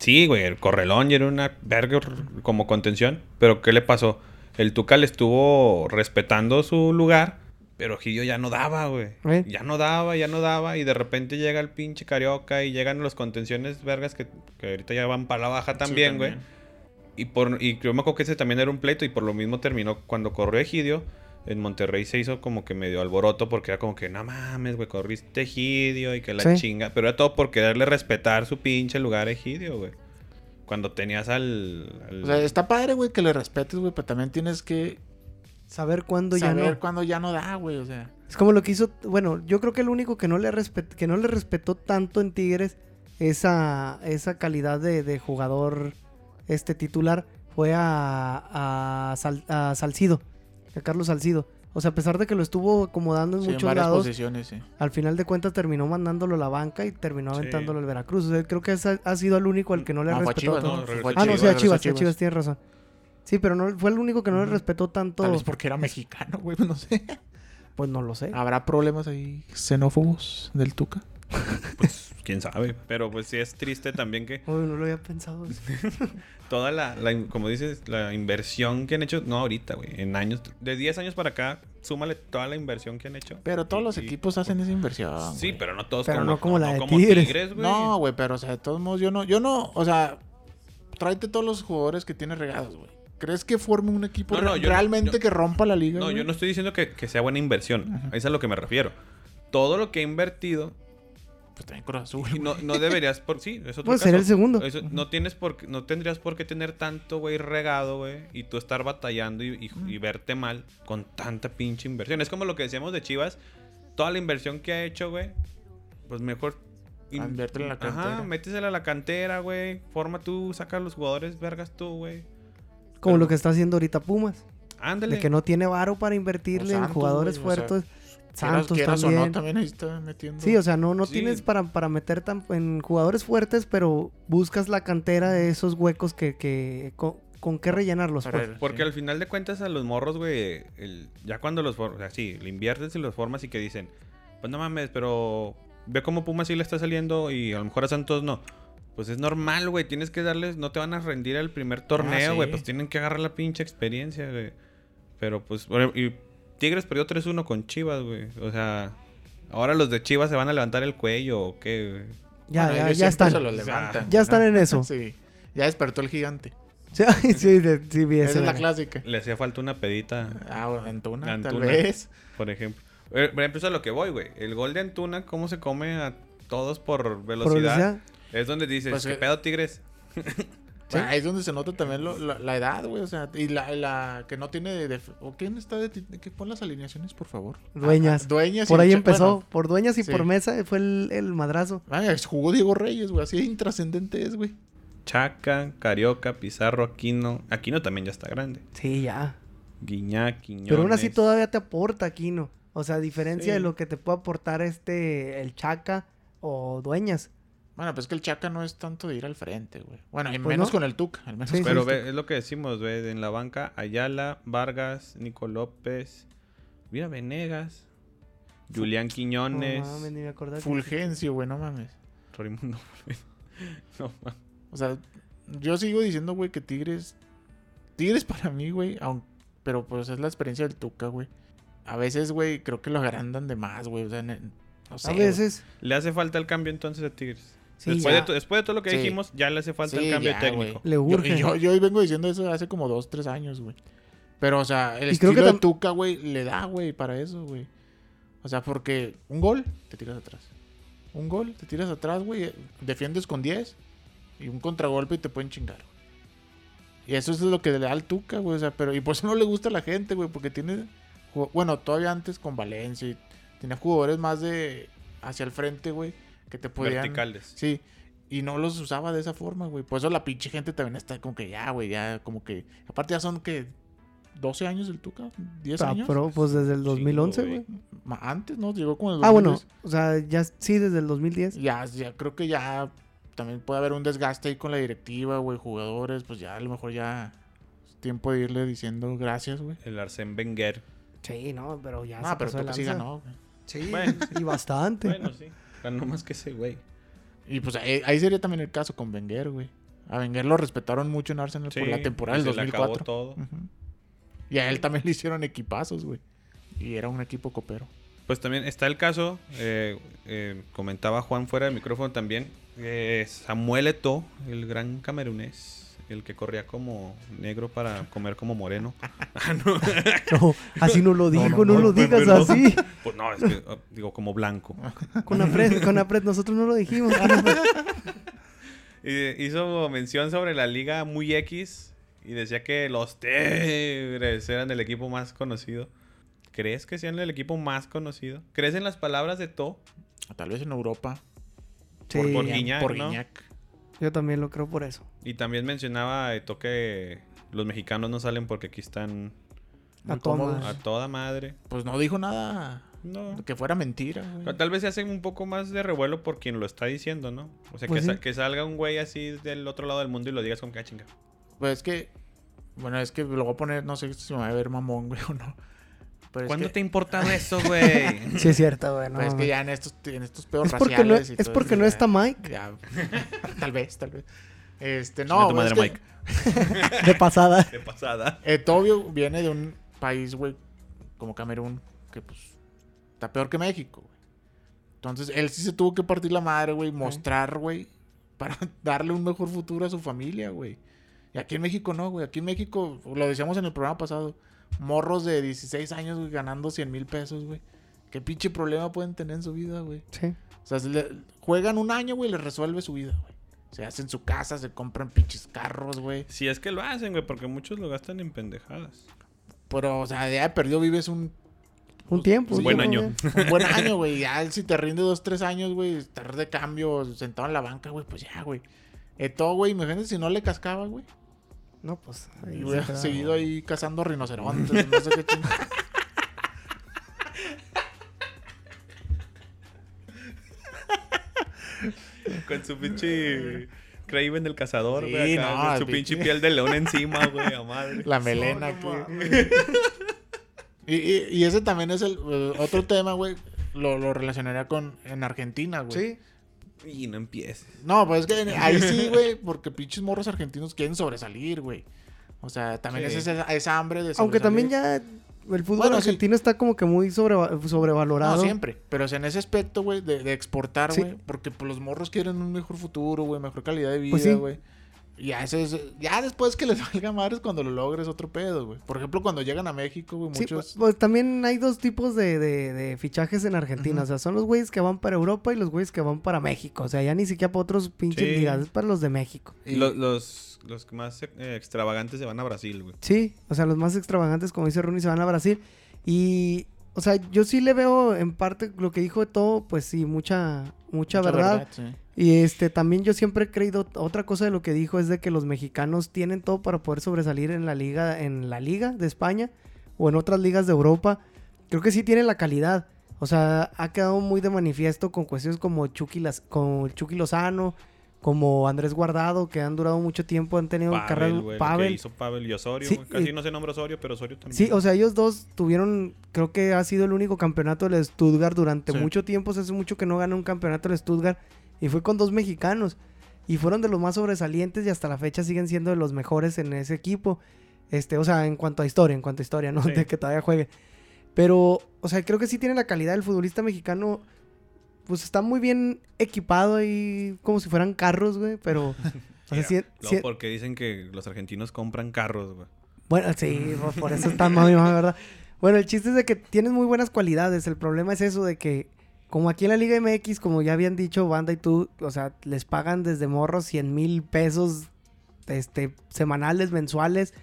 Speaker 2: Sí, güey, el Correlón y era una verga r- como contención. Pero ¿qué le pasó? El Tuca le estuvo respetando su lugar, pero Gillo ya no daba, güey.
Speaker 1: ¿Eh?
Speaker 2: Ya no daba, ya no daba. Y de repente llega el pinche Carioca y llegan los contenciones vergas que, que ahorita ya van para la baja también, güey.
Speaker 3: también.
Speaker 2: Y, por, y yo me acuerdo que ese también era un pleito y por lo mismo terminó cuando corrió Egidio. En Monterrey se hizo como que medio alboroto porque era como que no mames, güey, corriste Egidio y que la
Speaker 1: Sí.
Speaker 2: chinga. Pero era todo por quererle respetar su pinche lugar a Egidio, güey. Cuando tenías al. al-
Speaker 3: O sea, está padre, güey, que le respetes, güey, pero también tienes que
Speaker 1: Saber cuándo ya
Speaker 3: saber
Speaker 1: no.
Speaker 3: cuándo ya no da, güey, o sea.
Speaker 1: Es como lo que hizo, bueno, yo creo que el único que no le, respet- que no le respetó tanto en Tigres esa, esa calidad de, de jugador este titular fue a, a, Sal- a Salcido, a Carlos Salcido. O sea, a pesar de que lo estuvo acomodando en
Speaker 3: sí, en
Speaker 1: muchos
Speaker 3: varias
Speaker 1: lados,
Speaker 3: posiciones, sí.
Speaker 1: al final de cuentas terminó mandándolo a la banca y terminó
Speaker 2: Sí.
Speaker 1: aventándolo al Veracruz. O sea, creo que esa- ha sido el único al que no le ha
Speaker 3: Ah, fue a
Speaker 1: respetó
Speaker 3: Chivas,
Speaker 1: tanto.
Speaker 2: ¿no? Regresó
Speaker 3: Fue
Speaker 1: Ah, no, sí, a
Speaker 3: regresó
Speaker 1: Chivas, sí, a Chivas, tienes razón. Sí, pero no fue el único que no le
Speaker 3: Ujú.
Speaker 1: respetó tanto.
Speaker 3: Tal vez Ah. porque era mexicano, güey,
Speaker 1: <laughs>
Speaker 3: no sé.
Speaker 1: Pues no lo sé.
Speaker 3: ¿Habrá problemas ahí xenófobos del Tuca?
Speaker 2: pues, quién sabe. Pero pues sí es triste también que
Speaker 1: Uy, no lo había pensado.
Speaker 2: toda la, la in- como dices, la inversión que han hecho, no ahorita, güey, en años. De 10 años para acá, súmale toda la inversión que han hecho.
Speaker 3: Pero todos los
Speaker 2: Y-
Speaker 3: equipos hacen esa inversión.
Speaker 2: Sí,
Speaker 3: güey.
Speaker 2: pero no todos
Speaker 1: Pero no como la de Tigres.
Speaker 2: güey.
Speaker 3: No, güey, pero o sea, de todos modos yo no yo no, o sea, tráete todos los jugadores que tienes regados, güey. ¿Crees que forme un equipo
Speaker 2: No, no,
Speaker 3: re-
Speaker 2: yo no-
Speaker 3: realmente
Speaker 2: yo-
Speaker 3: que rompa la liga?
Speaker 2: No,
Speaker 3: güey?
Speaker 2: yo no estoy diciendo que, que sea buena inversión.
Speaker 3: Ajá.
Speaker 2: Eso es a lo que me refiero. Todo lo que he invertido,
Speaker 3: Pues también Cruz Azul.
Speaker 2: y
Speaker 3: güey.
Speaker 2: no, no deberías por sí, es otro
Speaker 1: Pues será
Speaker 2: caso.
Speaker 1: el segundo.
Speaker 2: Eso- no tienes por qué- no tendrías por qué tener tanto güey regado, güey, y tú estar batallando y, y- y verte mal con tanta pinche inversión. Es como lo que decíamos de Chivas, toda la inversión que ha hecho, güey, pues mejor in-
Speaker 3: Inviértela en la
Speaker 2: Ajá,
Speaker 3: cantera.
Speaker 2: métesela a la cantera, güey. Forma tú, saca a los jugadores vergas tú, güey.
Speaker 1: Como
Speaker 2: Pero-
Speaker 1: lo que está haciendo ahorita Pumas.
Speaker 2: Ándale.
Speaker 1: De que no tiene varo para invertirle
Speaker 3: O
Speaker 1: en
Speaker 3: Santos,
Speaker 1: jugadores
Speaker 3: güey, o sea,
Speaker 1: fuertes.
Speaker 3: Quieras-
Speaker 1: Santos
Speaker 3: quieras o
Speaker 1: también.
Speaker 3: no, también ahí está metiendo.
Speaker 1: Sí, o sea, no, no
Speaker 2: Sí.
Speaker 1: tienes para, para meter tan, en jugadores fuertes, pero buscas la cantera de esos huecos que, que con, con qué rellenarlos.
Speaker 3: Para
Speaker 1: pues.
Speaker 3: el-
Speaker 2: Porque
Speaker 3: sí.
Speaker 2: al final de cucuentas a los morros, güey, el- ya cuando los formas, o sea, sí, le inviertes y los formas y que dicen, pues no mames, pero ve cómo Pumas sí le está saliendo y a lo mejor a Santos no. Pues es normal, güey, tienes que darles, no te van a rendir al primer torneo,
Speaker 4: sí.
Speaker 2: güey, pues tienen que agarrar la pinche experiencia, güey. Pero pues, por- y Tigres perdió 3-1 con Chivas, güey. O sea, ahora los de Chivas se van a levantar el cuello o qué, güey.
Speaker 1: Ya,
Speaker 3: Bueno,
Speaker 1: ya-
Speaker 3: ellos
Speaker 1: ya
Speaker 3: siempre
Speaker 1: están.
Speaker 3: se lo levantan,
Speaker 1: Ya
Speaker 3: ¿no?
Speaker 1: están en eso.
Speaker 3: <laughs> Sí. Ya despertó el gigante.
Speaker 1: Sí, <laughs> sí, de- sí, vi
Speaker 3: Esa
Speaker 1: ese,
Speaker 3: es la
Speaker 1: güey.
Speaker 3: clásica.
Speaker 2: Le hacía falta una pedita.
Speaker 3: Ah, bueno, Antuna, tal
Speaker 2: Antuna.
Speaker 3: vez.
Speaker 2: Por ejemplo. Eh, Por ejemplo, eso es a lo que voy, güey. El gol de Antuna, ¿cómo se come a todos por velocidad?
Speaker 1: Por velocidad.
Speaker 2: Es donde dices,
Speaker 3: Pues,
Speaker 2: ¿qué
Speaker 3: eh,
Speaker 2: pedo, Tigres?
Speaker 1: Sí.
Speaker 3: Ahí Ah, es donde se nota también lo- la, la edad, güey. O sea, y la, la que no tiene. def- ¿O quién está de.? ti- que pon las alineaciones, por favor? Ah,
Speaker 1: Dueñas.
Speaker 3: Dueñas. y
Speaker 1: Por ahí
Speaker 3: Ochoa-
Speaker 1: empezó.
Speaker 3: bueno,
Speaker 1: por dueñas y
Speaker 3: sí.
Speaker 1: por mesa fue el, el madrazo.
Speaker 3: vaya, ah, jugó Diego Reyes, güey. Así de intrascendente es, güey.
Speaker 2: Chaca, Carioca, Pizarro, Aquino. Aquino también ya está grande.
Speaker 1: Sí, ya.
Speaker 2: Guiñac, Quiñones.
Speaker 1: Pero aún así todavía te aporta Aquino. O sea, a diferencia de
Speaker 3: Sí.
Speaker 1: lo que te puede aportar este, el Chaca o Dueñas.
Speaker 3: Bueno, pues es que el Chaca no es tanto de ir al frente, güey. Bueno, y
Speaker 1: Pues
Speaker 3: menos
Speaker 1: no.
Speaker 3: con el Tuca. Al menos
Speaker 1: Sí.
Speaker 3: con
Speaker 2: Pero
Speaker 3: el
Speaker 2: ve, es lo que decimos, güey. En la banca, Ayala, Vargas, Nico López. Mira, Venegas. Julián
Speaker 1: No
Speaker 2: Quiñones.
Speaker 1: mames, ni me acordaba
Speaker 3: Tuca.
Speaker 1: que-
Speaker 3: Fulgencio, güey, no mames.
Speaker 2: Raimundo Flores. <laughs> No mames.
Speaker 3: O sea, yo sigo diciendo, güey, que Tigres. Tigres para mí, güey. aun- Pero pues es la experiencia del Tuca, güey. A veces, güey, creo que lo agrandan de más, güey. O sea, ne- no sé.
Speaker 1: A
Speaker 3: güey.
Speaker 1: veces.
Speaker 2: Le hace falta el cambio entonces a Tigres.
Speaker 1: Sí,
Speaker 2: después, de
Speaker 1: ya.
Speaker 2: to- después de todo lo que
Speaker 3: Sí.
Speaker 2: dijimos, ya le hace falta
Speaker 3: Sí,
Speaker 2: el cambio
Speaker 3: ya,
Speaker 2: técnico.
Speaker 3: güey.
Speaker 1: Le
Speaker 3: Yo-
Speaker 1: urge.
Speaker 3: y Yo, yo, vengo diciendo eso hace como dos, tres años, güey. Pero, o sea, el
Speaker 1: Y creo
Speaker 3: estilo
Speaker 1: que
Speaker 3: de
Speaker 1: tam-
Speaker 3: Tuca, güey, le da, güey, para eso, güey. O sea, porque un gol, te tiras atrás. Un gol, te tiras atrás, güey. Defiendes con 10 y un contragolpe y te pueden chingar. güey. Y eso es lo que le da al Tuca, güey. O sea, pero. Y por eso no le gusta a la gente, güey, porque tiene. ju- Bueno, todavía antes con Valencia y tenía jugadores más de. hacia el frente, güey. Que te podían.
Speaker 2: Verticales.
Speaker 3: Sí. Y no los usaba de esa forma, güey. Por eso la pinche gente también está como que ya, güey, ya, como que. Aparte ya son que 12 años el Tuca, 10
Speaker 1: Ah,
Speaker 3: años.
Speaker 1: pero pues desde el 2011,
Speaker 2: güey.
Speaker 1: güey.
Speaker 3: Ma- Antes, ¿no? Llegó con el
Speaker 1: Ah, bueno.
Speaker 3: 2010.
Speaker 1: O sea, ya sí, desde el 2010.
Speaker 3: Ya, ya, creo que ya también puede haber un desgaste ahí con la directiva, güey, jugadores, pues ya a lo mejor ya es tiempo de irle diciendo gracias, güey.
Speaker 2: El Arsène Wenger.
Speaker 1: Sí, no, pero ya.
Speaker 3: Ah,
Speaker 1: se
Speaker 3: pero
Speaker 1: pasó de
Speaker 3: Tuca sí
Speaker 1: lanza.
Speaker 3: ganó, güey.
Speaker 1: Sí,
Speaker 2: Bueno,
Speaker 1: y bastante.
Speaker 2: <laughs> Bueno, sí. Ganó más que ese güey.
Speaker 3: Y pues ahí, ahí sería también el caso con Wenger, güey. A Wenger lo respetaron mucho en Arsenal por la temporada del
Speaker 2: pues se le acabó
Speaker 3: 2004.
Speaker 2: todo.
Speaker 3: Ujú. Y a él también le hicieron equipazos, güey. Y era un equipo copero.
Speaker 2: Pues también está el caso, eh, eh, comentaba Juan fuera del micrófono también, eh, Samuel Eto, el gran camerunés, el que corría como negro para comer como moreno. Ah, no.
Speaker 1: No, así no lo digo, no, lo
Speaker 2: pues,
Speaker 1: digas
Speaker 2: perdón.
Speaker 1: así.
Speaker 2: Pues no, es que, ah, digo, como blanco.
Speaker 1: Con Apret, con Apret, nosotros no lo
Speaker 3: <laughs>
Speaker 1: dijimos. Con Apret.
Speaker 2: Eh, hizo mención sobre la liga muy X y decía que los Tigres eran el equipo más conocido. ¿Crees que sean el equipo más conocido? ¿Crees en las palabras de To?
Speaker 3: Tal vez en Europa.
Speaker 1: Sí,
Speaker 2: por Guiñac.
Speaker 3: por
Speaker 2: ¿no?
Speaker 3: Guiñac.
Speaker 1: yo también lo creo por eso.
Speaker 2: Y también mencionaba Eto que los mexicanos no salen porque aquí están
Speaker 3: Muy Ah.
Speaker 1: A toda
Speaker 3: cómodo.
Speaker 1: <laughs> madre.
Speaker 2: a toda madre.
Speaker 3: Pues no dijo nada
Speaker 2: No.
Speaker 3: que fuera mentira, güey.
Speaker 2: Pero Tal vez se hace un poco más de revuelo por quien lo está diciendo, ¿no? O sea,
Speaker 1: Pues
Speaker 2: que, sa-
Speaker 1: sí.
Speaker 2: que salga un güey así del otro lado del mundo y lo digas con que "Ah, chinga.
Speaker 3: Pues es que. Bueno, es que lo voy a poner, no sé si me va a ver mamón, <laughs> güey, o no. Pero
Speaker 2: ¿Cuándo
Speaker 3: es
Speaker 2: te
Speaker 3: que,
Speaker 2: ha importado eso, güey?
Speaker 1: Sí, es cierto, güey. no
Speaker 3: pues es que
Speaker 1: mames.
Speaker 3: ya en estos, en estos pedos
Speaker 1: es porque no,
Speaker 3: raciales y
Speaker 1: es
Speaker 3: todo
Speaker 1: porque
Speaker 3: eso,
Speaker 1: no
Speaker 3: ya-
Speaker 1: está Mike
Speaker 3: <laughs> ya. tal vez, tal vez. Este,
Speaker 2: Chinga
Speaker 3: no,
Speaker 2: tu
Speaker 3: güey, es
Speaker 2: madre,
Speaker 3: que-
Speaker 2: Mike.
Speaker 1: de pasada.
Speaker 2: De pasada.
Speaker 3: Etobio viene de un país, güey, como Camerún, que pues está peor que México, güey. Entonces, él sí se tuvo que partir la madre, güey, mostrar, güey, para <laughs> darle un mejor futuro a su familia, güey. Y aquí en México no, güey. Aquí en México, lo decíamos en el programa pasado, morros de 16 años, güey, ganando 100 mil pesos, güey. ¿Qué pinche problema pueden tener en su vida, güey?
Speaker 1: Sí.
Speaker 3: O sea, se le- juegan un año, güey, les resuelve su vida, güey. Se hacen su casa, se compran pinches carros, güey.
Speaker 2: Si es que lo hacen, güey, porque muchos lo gastan en pendejadas.
Speaker 3: Pero, o sea, ya de perdido vives un
Speaker 1: Un tiempo.
Speaker 3: Un
Speaker 1: yo
Speaker 2: buen
Speaker 1: creo
Speaker 2: año.
Speaker 1: que-
Speaker 3: un buen año, güey. Ya si te rinde dos, tres años, güey, estar de cambio sentado en la banca, güey, pues ya, güey. Eto, güey, imagínate si no le cascaba, güey.
Speaker 1: No, pues. ahí
Speaker 3: Y
Speaker 1: sí
Speaker 3: hubiera
Speaker 1: está.
Speaker 3: seguido ahí cazando rinocerontes, no sé qué
Speaker 1: <laughs>
Speaker 3: chingada.
Speaker 2: <laughs> Con su pinche Craven el cazador,
Speaker 3: Sí,
Speaker 2: güey. acá,
Speaker 3: no,
Speaker 2: con
Speaker 3: al
Speaker 2: su pinche
Speaker 3: pinche-
Speaker 2: piel de león encima, güey, a madre.
Speaker 3: La melena, güey. Y, y- y ese también es el eh, otro tema, güey. lo, lo relacionaría con en Argentina, güey.
Speaker 1: Sí.
Speaker 2: Y no empieces.
Speaker 3: No, pues es que en- ahí sí, güey, porque pinches morros argentinos quieren sobresalir, güey. O sea, también
Speaker 2: Sí.
Speaker 3: es esa, esa hambre de
Speaker 1: Aunque
Speaker 3: sobresalir.
Speaker 1: también ya el fútbol
Speaker 3: Bueno, sí.
Speaker 1: argentino está como que muy sobreva- sobrevalorado.
Speaker 3: No, siempre. Pero o sea, en ese aspecto, güey, de, de exportar,
Speaker 1: Sí.
Speaker 3: güey. Porque pues, los morros quieren un mejor futuro, güey, mejor calidad de vida,
Speaker 1: Pues sí.
Speaker 3: güey. Y ya, eso es, ya después que les <laughs> valga madres cuando lo logres otro pedo, güey. Por ejemplo, cuando llegan a México, güey,
Speaker 1: Sí,
Speaker 3: muchos...
Speaker 1: pues, pues, también hay dos tipos de, de- de fichajes en Argentina.
Speaker 3: Ujú.
Speaker 1: O sea, son los güeyes que van para Europa y los güeyes que van para México. O sea, ya ni siquiera para otros pinches
Speaker 2: Sí.
Speaker 1: ligas, es para los de México.
Speaker 2: Y los, los, los que más eh, extravagantes se van a Brasil, güey.
Speaker 1: Sí, o sea, los más extravagantes, como dice Rooney, se van a Brasil. Y, o sea, yo sí le veo en parte lo que dijo de todo, pues sí, mucha, mucha, verdad.
Speaker 3: sí.
Speaker 1: Y este, también yo siempre he creído, otra cosa de lo que dijo es de que los mexicanos tienen todo para poder sobresalir en la liga, en la liga de España o en otras ligas de Europa. Creo que sí tienen la calidad. O sea, ha quedado muy de manifiesto con cuestiones como Chucky, Las- como el Chucky Lozano, como Andrés Guardado, que han durado mucho tiempo, han tenido carreras.
Speaker 2: Pavel, güey. Lo que
Speaker 1: Pavel.
Speaker 2: hizo Pavel y Osorio,
Speaker 1: Sí,
Speaker 2: güey. Casi
Speaker 1: y-
Speaker 2: no se nombra Osorio, pero Osorio también.
Speaker 1: Sí, o sea, ellos dos tuvieron, creo que ha sido el único campeonato del Stuttgart durante
Speaker 3: Sí.
Speaker 1: mucho tiempo, o sea, hace mucho que no gana un campeonato del Stuttgart y fue con dos mexicanos y fueron de los más sobresalientes y hasta la fecha siguen siendo de los mejores en ese equipo. Este, o sea, en cuanto a historia, en cuanto a historia, ¿no?
Speaker 2: Sí.
Speaker 1: De que todavía juegue. Pero, o sea, creo que sí tiene la calidad del futbolista mexicano. Pues está muy bien equipado ahí, como si fueran carros, güey, pero... o sea,
Speaker 2: Mira,
Speaker 1: sí-
Speaker 2: luego
Speaker 1: sí-
Speaker 2: porque dicen que los argentinos compran carros, güey.
Speaker 1: bueno, sí, por- por eso está mami, mami, ¿verdad? Bueno, el chiste es de que tienes muy buenas cualidades. El problema es eso de que, como aquí en la Liga MX, como ya habían dicho Banda y tú, o sea, les pagan desde morros 100 mil pesos este, semanales, mensuales.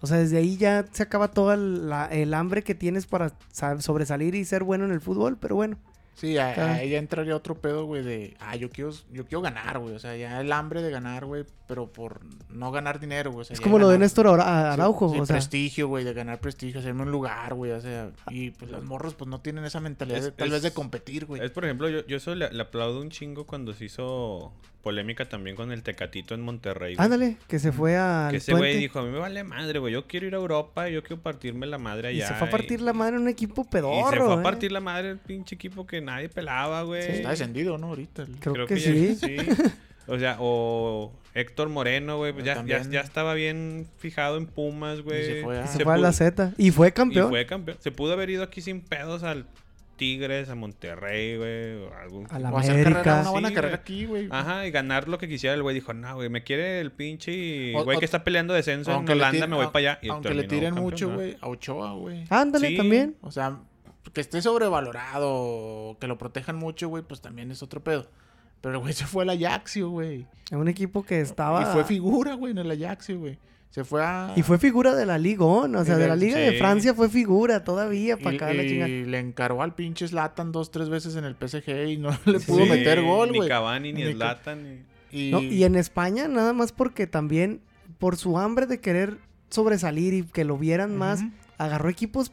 Speaker 1: O sea, desde ahí ya se acaba todo el, la- el hambre que tienes para sa- sobresalir y ser bueno en el fútbol, pero bueno.
Speaker 3: Sí, a-
Speaker 1: Claro.
Speaker 3: ahí ya entraría otro pedo, güey, de, ah, yo quiero, yo quiero ganar, güey. O sea, ya el hambre de ganar, güey, pero por no ganar dinero, güey. o sea,
Speaker 1: Es
Speaker 3: ya
Speaker 1: como lo de
Speaker 3: ganar-
Speaker 1: Néstor Ara-
Speaker 3: Sí,
Speaker 1: Araujo,
Speaker 3: sí,
Speaker 1: o sea.
Speaker 3: prestigio, güey, de ganar prestigio, hacerme un lugar, güey, o sea, y pues los morros pues no tienen esa mentalidad
Speaker 2: Es-
Speaker 3: de- tal
Speaker 2: es-
Speaker 3: vez de competir, güey.
Speaker 2: Es, por ejemplo, yo, yo eso le, le aplaudo un chingo cuando se hizo polémica también con el Tecatito en Monterrey. güey.
Speaker 1: Ándale, que se fue al
Speaker 2: Que ese güey
Speaker 1: puente
Speaker 2: dijo, a mí me vale madre, güey. Yo quiero ir a Europa, yo quiero partirme la madre allá.
Speaker 1: y se fue a partir la madre en un equipo
Speaker 2: madre.
Speaker 1: pedorro.
Speaker 2: Y se fue a
Speaker 1: ¿eh?
Speaker 2: partir la madre el pinche equipo que nadie pelaba, güey.
Speaker 3: Está descendido, ¿no? Ahorita. el-
Speaker 1: Creo, que,
Speaker 2: ya-
Speaker 1: sí.
Speaker 2: <laughs> O sea, o Héctor Moreno, güey. pues
Speaker 3: Pero
Speaker 2: Ya, ya-
Speaker 3: también-
Speaker 2: ya estaba bien fijado en Pumas, güey.
Speaker 3: se fue a-
Speaker 1: Y
Speaker 3: Ah.
Speaker 1: se fue a la
Speaker 2: pudo-
Speaker 1: Z. Y fue campeón.
Speaker 2: Y fue campeón. Se pudo haber ido aquí sin pedos al Tigres, a Monterrey, güey. o algún-
Speaker 1: A la
Speaker 3: o hacer carrera,
Speaker 1: América.
Speaker 3: una buena
Speaker 2: Sí,
Speaker 3: carrera
Speaker 2: güey.
Speaker 3: aquí, güey.
Speaker 2: Ajá, y ganar lo que quisiera el güey. Dijo, no, güey, me quiere el pinche
Speaker 3: O-
Speaker 2: güey
Speaker 3: o-
Speaker 2: que está peleando descenso en
Speaker 3: Aunque le
Speaker 2: Holanda,
Speaker 3: tiren-
Speaker 2: me voy
Speaker 3: a-
Speaker 2: para allá. Y
Speaker 3: Aunque le
Speaker 2: terminó
Speaker 3: tiren
Speaker 2: campeón,
Speaker 3: mucho,
Speaker 2: ¿no?
Speaker 3: güey, a Ochoa, güey.
Speaker 1: Ándale
Speaker 2: Sí.
Speaker 1: también.
Speaker 3: O sea, que esté sobrevalorado, que lo protejan mucho, güey, pues también es otro pedo. Pero el güey se fue al Ajaxio, güey.
Speaker 1: Es un equipo que estaba.
Speaker 3: Y fue figura, güey, en el Ajaxio, güey. Se fue a...
Speaker 1: y fue figura de la Liga On, O sea,
Speaker 3: Y
Speaker 1: de
Speaker 3: de-
Speaker 1: la Liga de
Speaker 2: sí.
Speaker 1: Francia fue figura todavía para
Speaker 3: Y,
Speaker 1: acá la
Speaker 3: y
Speaker 1: chingada.
Speaker 3: le encaró al pinche Slatan dos, tres veces en el PSG y no <laughs> le
Speaker 1: Sí.
Speaker 3: pudo meter gol,
Speaker 2: Ni
Speaker 3: güey.
Speaker 2: Cavani, ni
Speaker 3: Ni que-
Speaker 2: Zlatan, ni...
Speaker 3: Y,
Speaker 1: No, y en España, nada más porque también, por su hambre de querer sobresalir y que lo vieran más,
Speaker 3: Ujú.
Speaker 1: agarró equipos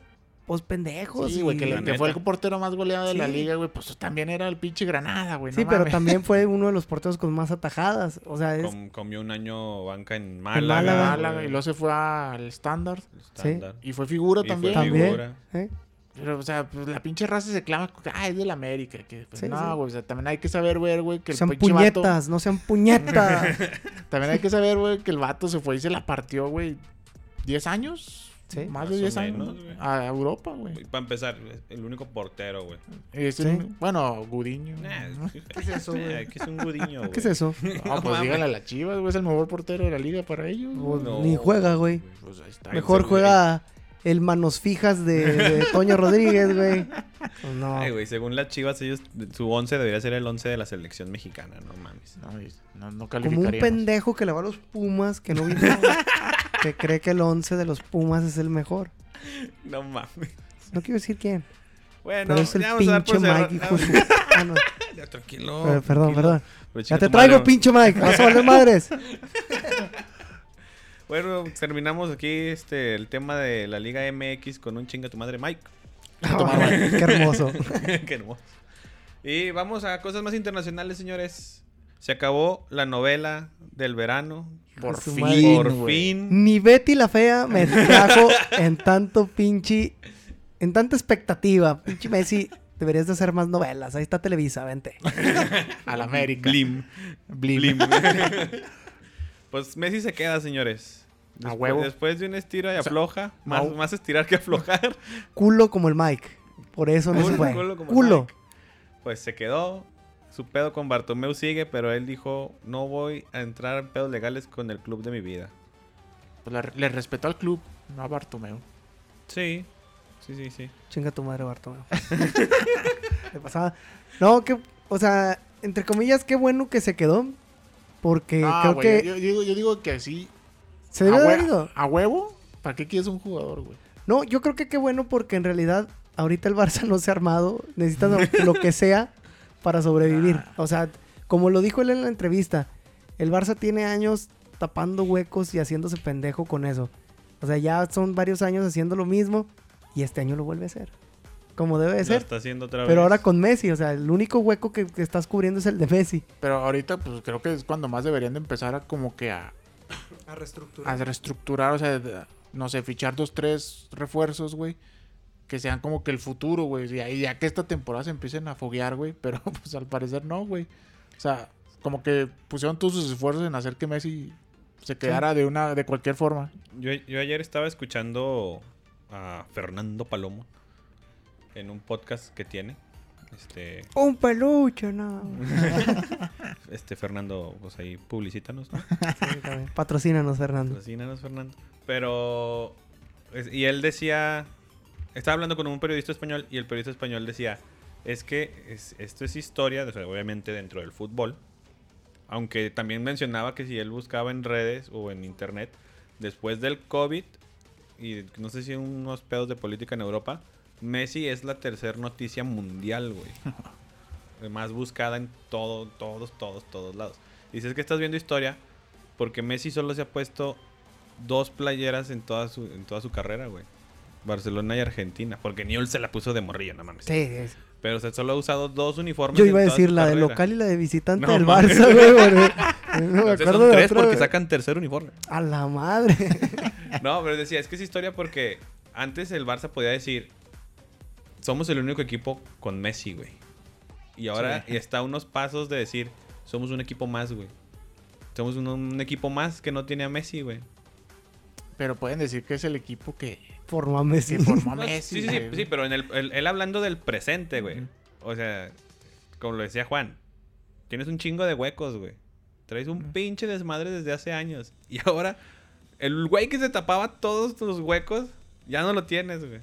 Speaker 1: pues pendejos.
Speaker 3: Sí,
Speaker 1: y-
Speaker 3: güey, que, le-
Speaker 2: La
Speaker 3: que fue el
Speaker 2: neta.
Speaker 3: portero más goleado de la
Speaker 1: Sí.
Speaker 3: liga, güey. Pues también era el pinche Granada, güey.
Speaker 1: Sí,
Speaker 3: no
Speaker 1: pero
Speaker 3: mames.
Speaker 1: también
Speaker 3: <laughs>
Speaker 1: fue uno de los porteros con más atajadas. O sea, es.
Speaker 2: Com- comió un año banca en
Speaker 1: Málaga,
Speaker 2: Málaga.
Speaker 1: Málaga,
Speaker 3: Málaga,
Speaker 2: güey,
Speaker 3: y luego se fue al estándar.
Speaker 2: estándar.
Speaker 3: Y fue figura
Speaker 2: Y
Speaker 3: también.
Speaker 2: fue
Speaker 1: También.
Speaker 2: figura.
Speaker 1: ¿eh?
Speaker 3: Pero, o sea, pues, la pinche raza se clama. Ah, es del América. Que, pues,
Speaker 1: Sí,
Speaker 3: no,
Speaker 1: sí.
Speaker 3: güey. O sea, también hay que saber ver, güey, que el
Speaker 1: Sean
Speaker 3: pinche vato-
Speaker 1: puñetas, no sean puñetas.
Speaker 3: <laughs> También hay que saber, güey, que el vato se fue y se la partió, güey. ¿10 años?
Speaker 1: Sí.
Speaker 3: Más
Speaker 2: Más
Speaker 3: de
Speaker 2: o
Speaker 3: 10 años.
Speaker 2: menos, güey.
Speaker 3: a Europa, güey.
Speaker 2: Para empezar, el único portero, güey.
Speaker 3: Y es
Speaker 1: Sí.
Speaker 3: un- Bueno, Gudiño. ¿no?
Speaker 1: <laughs>
Speaker 2: Nah,
Speaker 1: Mm. es eso, güey?
Speaker 2: nah, que es un gudiño,
Speaker 1: <laughs>
Speaker 2: güey.
Speaker 1: ¿Qué es eso?
Speaker 3: No,
Speaker 2: <laughs> No
Speaker 3: pues
Speaker 2: mames.
Speaker 3: díganle a las chivas, güey. Es el mejor portero de la liga para ellos. güey.
Speaker 1: Pues, ni juega, güey.
Speaker 3: Pues ahí está.
Speaker 1: Mejor
Speaker 2: ese güey.
Speaker 1: juega el manos fijas de, de Toño Rodríguez, güey. Pues no.
Speaker 2: Ay, güey, según las chivas, ellos, su 11 debería ser el 11 de la selección mexicana, no mames.
Speaker 3: No, y- no, no
Speaker 1: Como un
Speaker 3: calificaríamos.
Speaker 1: pendejo que le va a los Pumas, que no vino, güey, que cree que el 11 de los Pumas es el mejor.
Speaker 2: No mames.
Speaker 1: No quiero decir quién,
Speaker 2: Bueno,
Speaker 1: pero es el
Speaker 2: Eh, ya vamos a dar
Speaker 1: pinche
Speaker 2: por cerrado.
Speaker 1: Mike, hijo de su- Ah,
Speaker 2: <laughs>
Speaker 1: no,
Speaker 2: Ya, tranquilo.
Speaker 1: per- Perdón,
Speaker 2: tranquilo.
Speaker 1: perdón.
Speaker 2: Pero
Speaker 1: Ya
Speaker 2: chinga
Speaker 1: te
Speaker 2: tu madre,
Speaker 1: traigo,
Speaker 2: güey.
Speaker 1: pinche Mike. Vas a
Speaker 2: <laughs>
Speaker 1: valer madres.
Speaker 2: Bueno, terminamos aquí este el tema de la Liga MX con un chinga tu madre, Mike.
Speaker 1: Qué hermoso.
Speaker 2: <laughs> Qué hermoso. Y vamos a cosas más internacionales, señores. Se acabó la novela del verano.
Speaker 3: Por
Speaker 1: Su
Speaker 3: fin,
Speaker 1: madre.
Speaker 2: Por
Speaker 3: güey.
Speaker 2: fin.
Speaker 1: Ni Betty la fea me trajo en tanto pinche. En tanta expectativa. Pinche Messi, Deberías de hacer más novelas. Ahí está Televisa, vente.
Speaker 3: Al América.
Speaker 2: Blim.
Speaker 3: Blim.
Speaker 2: Blim. <laughs> pues Messi se queda, señores.
Speaker 3: A
Speaker 2: Despu-
Speaker 3: huevo.
Speaker 2: Después de una estira y
Speaker 3: O sea,
Speaker 2: afloja, más,
Speaker 3: mau-
Speaker 2: más estirar que aflojar.
Speaker 1: Culo como el Mike. Por eso no se
Speaker 2: Culo,
Speaker 1: fue.
Speaker 2: culo como el
Speaker 1: Culo.
Speaker 2: Mike. Pues se quedó. Su pedo con Bartomeu sigue, pero él dijo, no voy a entrar en pedos legales con el club de mi vida.
Speaker 3: Pues la- le respetó al club, no a Bartomeu.
Speaker 2: Sí, sí, sí, sí.
Speaker 1: Chinga tu madre, <laughs> Bartomeu. Le pasaba. No, que. O sea, entre comillas, qué bueno que se quedó. Porque
Speaker 3: Ah,
Speaker 1: creo
Speaker 3: güey,
Speaker 1: que
Speaker 3: yo, yo digo, yo digo que así.
Speaker 1: se debe
Speaker 2: Ah,
Speaker 3: a,
Speaker 1: haber
Speaker 3: hue-
Speaker 1: ido.
Speaker 3: a huevo, ¿para qué quieres un jugador, güey?
Speaker 1: No, yo creo que qué bueno porque en realidad ahorita el Barça <laughs> no se ha armado. Necesita lo, lo que sea para
Speaker 2: <laughs>
Speaker 1: sobrevivir.
Speaker 2: Ah.
Speaker 1: O sea, como lo dijo él en la entrevista, el Barça tiene años tapando huecos y haciéndose pendejo con eso. O sea, ya son varios años haciendo lo mismo y este año lo vuelve a hacer. Como debe de
Speaker 2: Lo
Speaker 1: ser.
Speaker 2: está haciendo otra vez.
Speaker 1: Pero ahora con Messi, o sea, el único hueco que, que estás cubriendo es el de
Speaker 2: <laughs>
Speaker 1: Messi. <laughs>
Speaker 3: Pero ahorita, pues creo que es cuando más deberían de empezar a como que a,
Speaker 1: A reestructurar.
Speaker 3: a reestructurar, o sea, de- no sé, fichar dos, tres refuerzos, güey. Que sean como que el futuro, güey. Y ahí ya que esta temporada se empiecen a foguear, güey. <laughs> Pero pues al parecer no, güey. O sea, como que pusieron todos sus esfuerzos en hacer que Messi se quedara de una, de cualquier forma.
Speaker 2: Yo, yo ayer estaba escuchando a Fernando Palomo en un podcast que tiene. Este,
Speaker 1: Un peluche, no.
Speaker 2: este Fernando, pues ahí publicítanos, ¿no?
Speaker 1: Sí, también. Patrocínanos, Fernando.
Speaker 2: Patrocínanos, Fernando. Pero, es- y él decía, estaba hablando con un periodista español y el periodista español decía, es que es- esto es historia, o sea, obviamente dentro del fútbol, aunque también mencionaba que si él buscaba en redes o en internet, después del COVID y no sé si unos pedos de política en Europa, Messi es la tercer noticia mundial, güey. <laughs> Más buscada en todo, todos, todos, todos lados. Dices que estás viendo historia porque Messi solo se ha puesto dos playeras en toda su, en toda su carrera, güey. Barcelona y Argentina, porque Newell se la puso de morrillo, no mames.
Speaker 1: Sí, sí, sí.
Speaker 2: Pero se solo ha usado dos uniformes.
Speaker 1: Yo
Speaker 2: en
Speaker 1: iba a
Speaker 2: toda
Speaker 1: decir
Speaker 2: su
Speaker 1: la de
Speaker 2: carrera.
Speaker 1: local y la de visitante
Speaker 2: No,
Speaker 1: del
Speaker 2: mames.
Speaker 1: Barça,
Speaker 2: <laughs>
Speaker 1: güey. porque- No me
Speaker 2: Entonces
Speaker 1: acuerdo
Speaker 2: son
Speaker 1: de
Speaker 2: tres
Speaker 1: otra,
Speaker 2: porque
Speaker 1: güey.
Speaker 2: sacan tercer uniforme.
Speaker 1: A la madre. <laughs>
Speaker 2: No, pero decía, es que es historia porque antes el Barça podía decir, somos el único equipo con Messi, güey. Y ahora está a unos pasos de decir, somos un equipo más, güey. Somos un, un equipo más que no tiene a Messi, güey.
Speaker 3: Pero pueden decir que es el equipo que,
Speaker 1: Forma Messi. <laughs>
Speaker 3: que formó a
Speaker 2: No,
Speaker 3: Messi.
Speaker 2: sí,
Speaker 3: eh,
Speaker 2: sí, sí,
Speaker 3: güey.
Speaker 2: sí, pero en el, el- él hablando del presente, güey.
Speaker 3: Ujú.
Speaker 2: O sea, como lo decía Juan, tienes un chingo de huecos, güey. Traes un pinche desmadre desde hace años. <laughs> Y ahora, el güey que se tapaba todos tus huecos, ya no lo tienes, güey.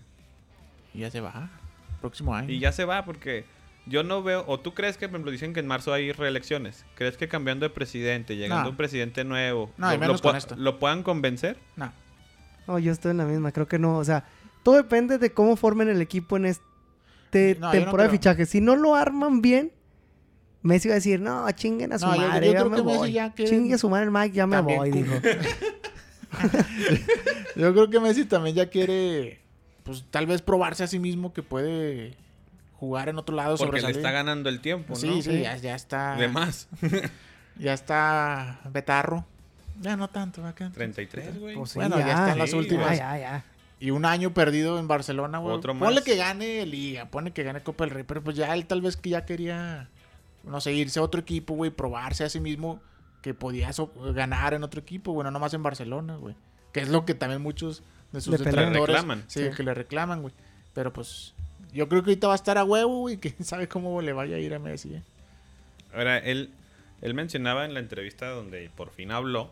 Speaker 3: Y ya se va. Próximo año.
Speaker 2: Y ya se va porque yo no veo, o tú crees que, por ejemplo, dicen que en marzo hay reelecciones. ¿Crees que cambiando de presidente, llegando
Speaker 3: No.
Speaker 2: un presidente nuevo,
Speaker 3: No, y
Speaker 2: lo,
Speaker 3: menos
Speaker 2: lo
Speaker 3: con
Speaker 2: pua-
Speaker 3: esto.
Speaker 2: lo puedan convencer?
Speaker 3: No.
Speaker 1: No, yo estoy en la misma. Creo que no. O sea, todo depende de cómo formen el equipo en este
Speaker 3: No, yo no
Speaker 1: temporada de
Speaker 3: creo.
Speaker 1: fichaje. Si no lo arman bien, Messi va a decir, no, chinguen a su
Speaker 3: No, yo- yo
Speaker 1: madre, ya
Speaker 3: creo
Speaker 1: me
Speaker 3: que Messi
Speaker 1: voy.
Speaker 3: ya que-
Speaker 1: Chingue a su madre el Mike, ya me
Speaker 3: También
Speaker 1: voy,
Speaker 3: cu- <laughs>
Speaker 1: dijo.
Speaker 3: Yo creo que Messi también ya quiere, pues tal vez probarse a sí mismo que puede jugar en otro lado
Speaker 2: Porque le
Speaker 3: sobresalir.
Speaker 2: está ganando el tiempo,
Speaker 3: Sí,
Speaker 2: ¿no?
Speaker 3: sí, ya, ya está.
Speaker 2: De más.
Speaker 3: Ya está Betarro. Ya no tanto, va que-
Speaker 2: 33, güey.
Speaker 1: Pues sí,
Speaker 3: Bueno, ya,
Speaker 1: ya.
Speaker 3: están las
Speaker 2: Sí,
Speaker 1: Ya,
Speaker 3: últimas.
Speaker 1: ya, ya.
Speaker 3: Y un año perdido en Barcelona, güey.
Speaker 2: Otro
Speaker 3: Ponle
Speaker 2: más.
Speaker 3: que gane Liga, ponle que gane Copa del Rey, pero pues ya él tal vez que ya quería, no sé, irse a otro equipo, güey, probarse a sí mismo que podía so- ganar en otro equipo, bueno, no más en Barcelona, güey. Que es lo que también muchos de sus
Speaker 1: Le pelean.
Speaker 3: detractores
Speaker 2: Le reclaman.
Speaker 3: Sí,
Speaker 1: Sí.
Speaker 3: que le reclaman, güey. Pero pues yo creo que ahorita va a estar a huevo, güey, quién <laughs> sabe cómo le vaya a ir a Messi, eh.
Speaker 2: Ahora, él, él mencionaba en la entrevista donde por fin habló,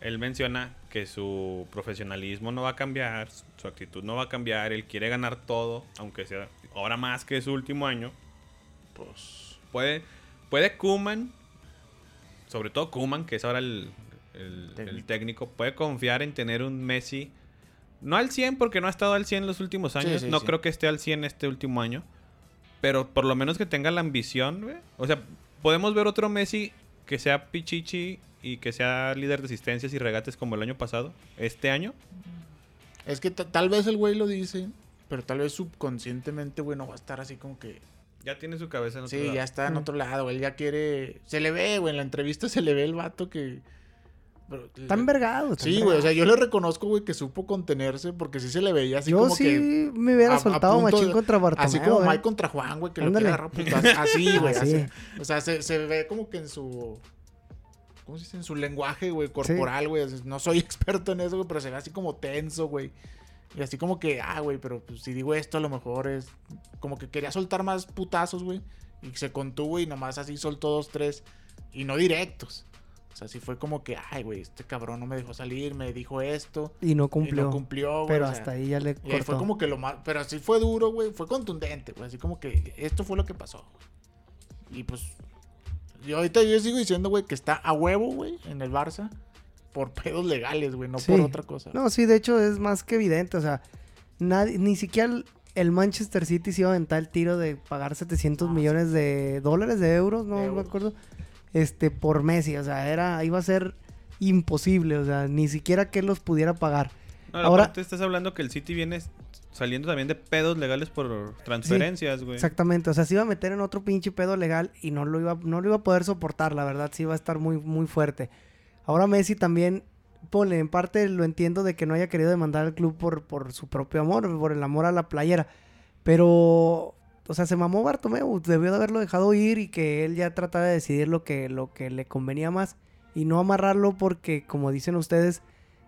Speaker 2: él menciona que su profesionalismo no va a cambiar, su- su actitud no va a cambiar, él quiere ganar todo, aunque sea ahora más que su último año. Pues puede, puede Kuman, sobre todo Kuman, que es ahora el, el-
Speaker 3: Técnico.
Speaker 2: el técnico, puede confiar en tener un Messi. No al 100 porque no ha estado al 100 los últimos años.
Speaker 3: sí,
Speaker 2: no
Speaker 3: sí.
Speaker 2: creo que esté al 100 este último año. Pero por lo menos que tenga la ambición, güey. O sea, podemos ver otro Messi que sea pichichi y que sea líder de asistencias y regates como el año pasado, este año.
Speaker 3: Es que ta- tal vez el güey lo dice, pero tal vez subconscientemente, güey, no va a estar así como que
Speaker 2: Ya tiene su cabeza en otro
Speaker 3: Sí,
Speaker 2: lado.
Speaker 3: ya está en
Speaker 1: Mm.
Speaker 3: otro lado, él ya quiere... Se le ve, güey, en la entrevista se le ve el vato que... pero-
Speaker 1: Están vergados. están
Speaker 3: Sí, güey, o
Speaker 1: vergados.
Speaker 3: sea, yo le reconozco, güey, que supo contenerse porque sí se le veía así
Speaker 1: yo
Speaker 3: como
Speaker 1: sí
Speaker 3: que...
Speaker 1: me hubiera
Speaker 3: a- a
Speaker 1: soltado
Speaker 3: punto
Speaker 1: machín
Speaker 3: de-
Speaker 1: contra Bartomeu.
Speaker 3: Así como
Speaker 1: eh.
Speaker 3: Mike contra Juan, güey, que
Speaker 1: Ándale.
Speaker 3: lo agarra putazos. Así, güey.
Speaker 1: <laughs> Así.
Speaker 3: así. O sea, se, se ve como que en su. ¿Cómo se dice? En su lenguaje, güey, corporal, güey. así, No soy <laughs> experto en eso, güey, pero se ve así como tenso, güey. Y así como que, ah, güey, pero pues, si digo esto, a lo mejor es. Como que quería soltar más putazos, güey. Y se contuvo y nomás así soltó dos, tres. Y no directos. O sea, sí fue como que, ay, güey, este cabrón no me dejó salir, me dijo esto.
Speaker 1: Y no
Speaker 3: y
Speaker 1: cumplió.
Speaker 3: no cumplió, güey.
Speaker 1: pero
Speaker 3: o sea,
Speaker 1: hasta ahí ya le
Speaker 3: y ahí
Speaker 1: cortó.
Speaker 3: fue como que lo más. Pero sí fue duro, güey. Fue contundente, güey. Así como que esto fue lo que pasó. Y pues. Yo ahorita yo sigo diciendo, güey, que está a huevo, güey, en el Barça. Por pedos legales, güey, no
Speaker 1: Sí.
Speaker 3: por otra cosa.
Speaker 1: No, sí, de hecho es más que evidente. O sea, nadie, ni siquiera el- el Manchester City se iba a aventar el tiro de pagar 700
Speaker 3: Ah, sí.
Speaker 1: millones de dólares, de euros, no
Speaker 3: De
Speaker 1: me
Speaker 3: euros.
Speaker 1: acuerdo, este, por Messi. O sea, era, iba a ser imposible. O sea, ni siquiera que los pudiera pagar. Ahora-
Speaker 2: Ahora tú estás hablando que el City viene s- saliendo también de pedos legales por transferencias, güey.
Speaker 1: Exactamente. O sea, se iba a meter en otro pinche pedo legal y no lo iba, no lo iba a poder soportar. La verdad, sí iba a estar muy, muy fuerte. Ahora Messi también, ponle, en parte lo entiendo de que no haya querido demandar al club por, por su propio amor, por el amor a la playera. Pero, o sea, se mamó Bartomeu. Debió de haberlo dejado ir y que él ya tratara de decidir lo que, lo que le convenía más y no amarrarlo porque, como dicen ustedes,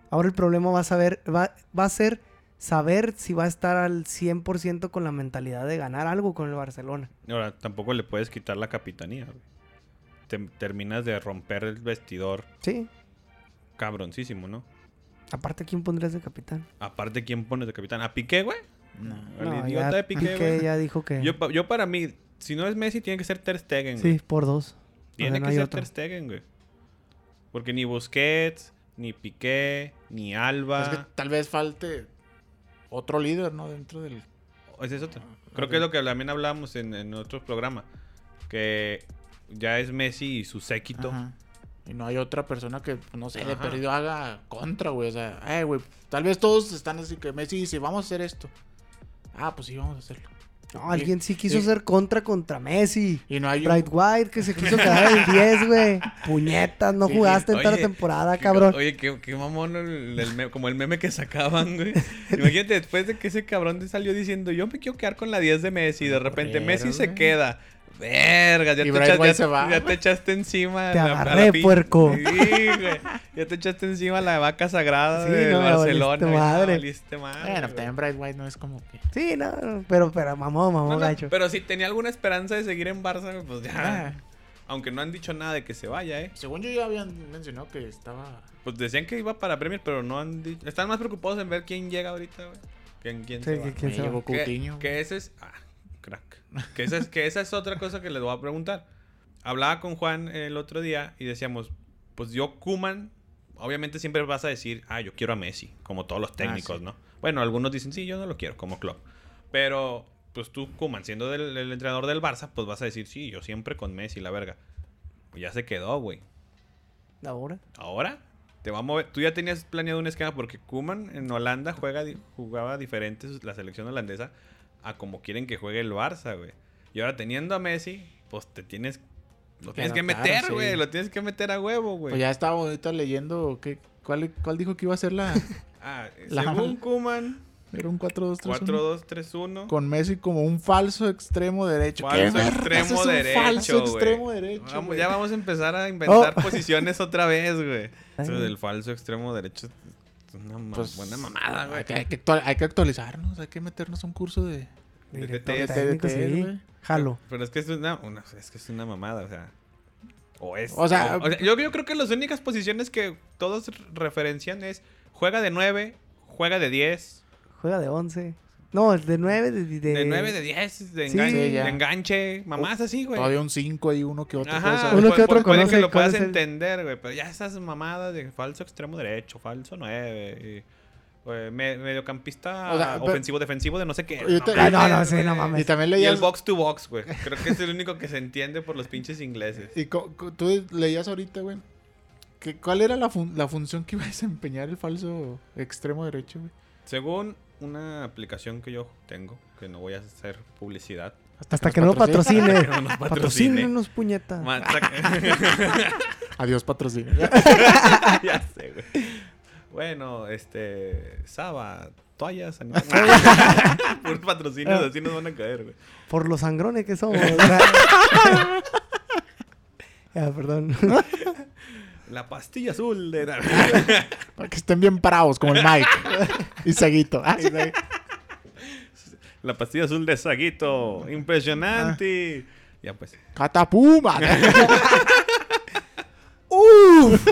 Speaker 1: ahora el problema va a, saber, va, va a ser saber si va a estar al 100% con la mentalidad de ganar algo con el Barcelona.
Speaker 2: Ahora tampoco le puedes quitar la capitanía, güey. Te- terminas de romper el vestidor
Speaker 1: Sí.
Speaker 2: cabroncísimo, ¿no?
Speaker 1: Aparte, ¿quién pondrías de capitán?
Speaker 2: Aparte, ¿quién pones de capitán? ¿A Piqué, güey?
Speaker 3: No.
Speaker 2: Al
Speaker 1: No,
Speaker 2: idiota
Speaker 1: ya
Speaker 2: de Piqué,
Speaker 1: Piqué
Speaker 2: güey. <laughs>
Speaker 1: ya dijo que...
Speaker 2: Yo, pa- yo para mí, si no es Messi, tiene que ser Ter Stegen, güey.
Speaker 1: sí, por dos. O sea,
Speaker 2: Tiene
Speaker 1: no
Speaker 2: que
Speaker 1: hay
Speaker 2: ser
Speaker 1: otro.
Speaker 2: Ter Stegen, güey. Porque ni Busquets, ni Piqué, ni Alba...
Speaker 3: Es que tal vez falte otro líder, ¿no? Dentro del.
Speaker 2: Ese es otro.
Speaker 3: Ah,
Speaker 2: Creo
Speaker 3: ok.
Speaker 2: que es lo que también hablábamos en, en otro programa. Que ya es Messi y su séquito.
Speaker 3: Ajá. Y no hay otra persona que, pues, no sé, de
Speaker 2: Ajá.
Speaker 3: perdido haga contra, güey. O sea, eh, güey. Tal vez todos están así que Messi dice, vamos a hacer esto. Ah, pues sí, vamos a hacerlo.
Speaker 1: No, alguien sí quiso
Speaker 3: Y-
Speaker 1: hacer contra contra Messi.
Speaker 3: Y no hay un-
Speaker 1: Bright White que se quiso quedar en 10, güey. Puñetas, no
Speaker 3: Sí,
Speaker 1: jugaste en toda la
Speaker 2: oye,
Speaker 1: temporada, Ah, cabrón.
Speaker 2: Oye, qué, qué mamón, el- el me- como el meme que sacaban, güey. Imagínate, después de que ese cabrón te salió diciendo, yo me quiero quedar con la 10 de Messi, y de repente
Speaker 3: corrieron,
Speaker 2: Messi se
Speaker 3: güey.
Speaker 2: queda. Verga, ya,
Speaker 3: Y
Speaker 2: te,
Speaker 3: Bright
Speaker 2: echas-
Speaker 3: White
Speaker 2: ya-
Speaker 3: se va,
Speaker 2: ya
Speaker 3: güey.
Speaker 2: te echaste encima.
Speaker 1: Te
Speaker 2: a a
Speaker 1: agarré,
Speaker 2: pin-
Speaker 1: puerco.
Speaker 2: Sí, güey. Ya te echaste encima la vaca sagrada
Speaker 1: Sí,
Speaker 2: de
Speaker 1: no, valiste
Speaker 2: Barcelona. güey. No,
Speaker 1: madre. pues,
Speaker 2: valiste madre,
Speaker 3: Bueno,
Speaker 2: güey.
Speaker 3: también Bright White no es como que.
Speaker 1: Sí, no, no, pero, pero mamó, mamó,
Speaker 2: No, no,
Speaker 1: gacho.
Speaker 2: pero si tenía alguna esperanza de seguir en Barça, güey, pues ya.
Speaker 3: Ah,
Speaker 2: Aunque no han dicho nada de que se vaya, ¿eh?
Speaker 3: según yo ya habían mencionado que estaba.
Speaker 2: Pues decían que iba para Premier, pero no han dicho. Están más preocupados en ver quién llega ahorita, güey. que en quién
Speaker 1: Sí,
Speaker 2: se
Speaker 1: que-
Speaker 2: va.
Speaker 1: que- ¿Quién
Speaker 3: Eh,
Speaker 1: se va?
Speaker 3: llegó
Speaker 2: Que-
Speaker 3: Coutinho.
Speaker 2: Que ese es. Ah, crack. Que esa es, que esa es otra cosa que les voy a preguntar. Hablaba con Juan el otro día y decíamos: Pues yo, Kuman, obviamente siempre vas a decir, ah, yo quiero a Messi, como todos
Speaker 1: Ah,
Speaker 2: los técnicos,
Speaker 3: sí.
Speaker 2: ¿no? Bueno, algunos dicen, sí, yo no lo quiero, como Klopp. Pero, pues tú, Kuman, siendo del- el entrenador del Barça, pues vas a decir, sí, yo siempre con Messi, la verga. Pues ya se quedó, güey.
Speaker 1: Ahora.
Speaker 2: Ahora te va a mover. Tú ya tenías planeado un esquema porque Kuman en Holanda juega, di- jugaba diferente sus- la selección holandesa a como quieren que juegue el Barça, güey. Y ahora teniendo a Messi, pues te tienes. Lo
Speaker 3: Que
Speaker 2: tienes que
Speaker 3: adaptar,
Speaker 2: meter,
Speaker 3: sí.
Speaker 2: güey. Lo tienes que meter a huevo, güey.
Speaker 3: Pues ya estaba ahorita leyendo. ¿qué, cuál, ¿Cuál dijo que iba a
Speaker 1: <laughs>
Speaker 3: ser la.?
Speaker 2: Ah, eh,
Speaker 3: La- <laughs>
Speaker 2: Según Kuman,
Speaker 3: Era un 4-2-3-1.
Speaker 2: 4-2-3-1.
Speaker 3: Con Messi como un falso extremo derecho. ¿Qué
Speaker 2: Falso
Speaker 3: vergas
Speaker 2: extremo
Speaker 3: es un
Speaker 2: derecho.
Speaker 3: Falso
Speaker 2: güey?
Speaker 3: extremo derecho.
Speaker 2: Vamos-
Speaker 3: güey?
Speaker 2: ya vamos a empezar a inventar
Speaker 1: Oh.
Speaker 2: posiciones otra vez,
Speaker 3: <laughs>
Speaker 2: güey.
Speaker 1: Ay.
Speaker 2: Eso del falso extremo derecho. Es una ma-
Speaker 3: Pues,
Speaker 2: buena mamada, güey.
Speaker 3: Hay que, hay que actua- hay que actualizarnos. Hay que meternos a un curso de.
Speaker 1: Director
Speaker 2: DT,
Speaker 1: técnico,
Speaker 3: DT,
Speaker 1: sí.
Speaker 3: güey.
Speaker 1: Jalo.
Speaker 2: Pero es que es una, una- es que es una mamada, o sea. O es.
Speaker 3: O sea,
Speaker 2: yo, yo creo que las únicas posiciones que todos referencian es juega de 9, juega de 10,
Speaker 1: Juega de 11. No, el de 9, de,
Speaker 2: de,
Speaker 1: de,
Speaker 2: 9, de 10, de,
Speaker 1: Sí.
Speaker 2: engan-
Speaker 1: Sí,
Speaker 3: ya.
Speaker 2: de enganche, mamás así, güey.
Speaker 3: Todavía un 5 y uno que otro. pues, puede
Speaker 2: Ajá,
Speaker 3: ser.
Speaker 1: Uno
Speaker 2: pu-
Speaker 1: que
Speaker 2: pu-
Speaker 1: otro
Speaker 2: puede
Speaker 1: conoce
Speaker 2: que lo
Speaker 1: cuál
Speaker 2: puedas
Speaker 1: es el-
Speaker 2: entender, güey, pero ya esas mamadas de falso extremo derecho, falso 9, y, eh, me- mediocampista
Speaker 3: O sea, pero-
Speaker 2: ofensivo, defensivo de no sé qué.
Speaker 3: Yo te-
Speaker 1: Ah, no, no,
Speaker 2: mames,
Speaker 1: sí, no
Speaker 2: güey.
Speaker 1: mames.
Speaker 3: Y también
Speaker 2: Y el
Speaker 3: leías.
Speaker 2: box to box, güey. Creo que es el único que se entiende por los pinches ingleses.
Speaker 3: Y co- co- tú leías ahorita, güey. que- ¿Cuál era la, fun- la función que iba a desempeñar el falso extremo derecho, güey?
Speaker 2: Según una aplicación que yo tengo, que no voy a hacer publicidad.
Speaker 1: Hasta que no
Speaker 3: nos
Speaker 1: lo patrocine.
Speaker 2: Que no
Speaker 1: Ah.
Speaker 2: nos patrocine.
Speaker 1: Patrocínenos, puñeta.
Speaker 2: Ma- saca-
Speaker 3: Adiós, patrocinio.
Speaker 2: <laughs> ya sé, güey. Bueno, este. Saba, toallas, animales. Por patrocinios así nos van a caer, güey.
Speaker 1: Por los sangrones que
Speaker 2: <laughs>
Speaker 1: somos. <laughs> ya, perdón.
Speaker 2: La pastilla azul de.
Speaker 3: <laughs>
Speaker 2: <laughs>
Speaker 3: Para que estén bien parados, como el Mike. y Saguito. Ah,
Speaker 2: La pastilla azul de Saguito. Impresionante. Ya pues.
Speaker 3: <laughs> ¡Catapuma!
Speaker 1: ¡Uf!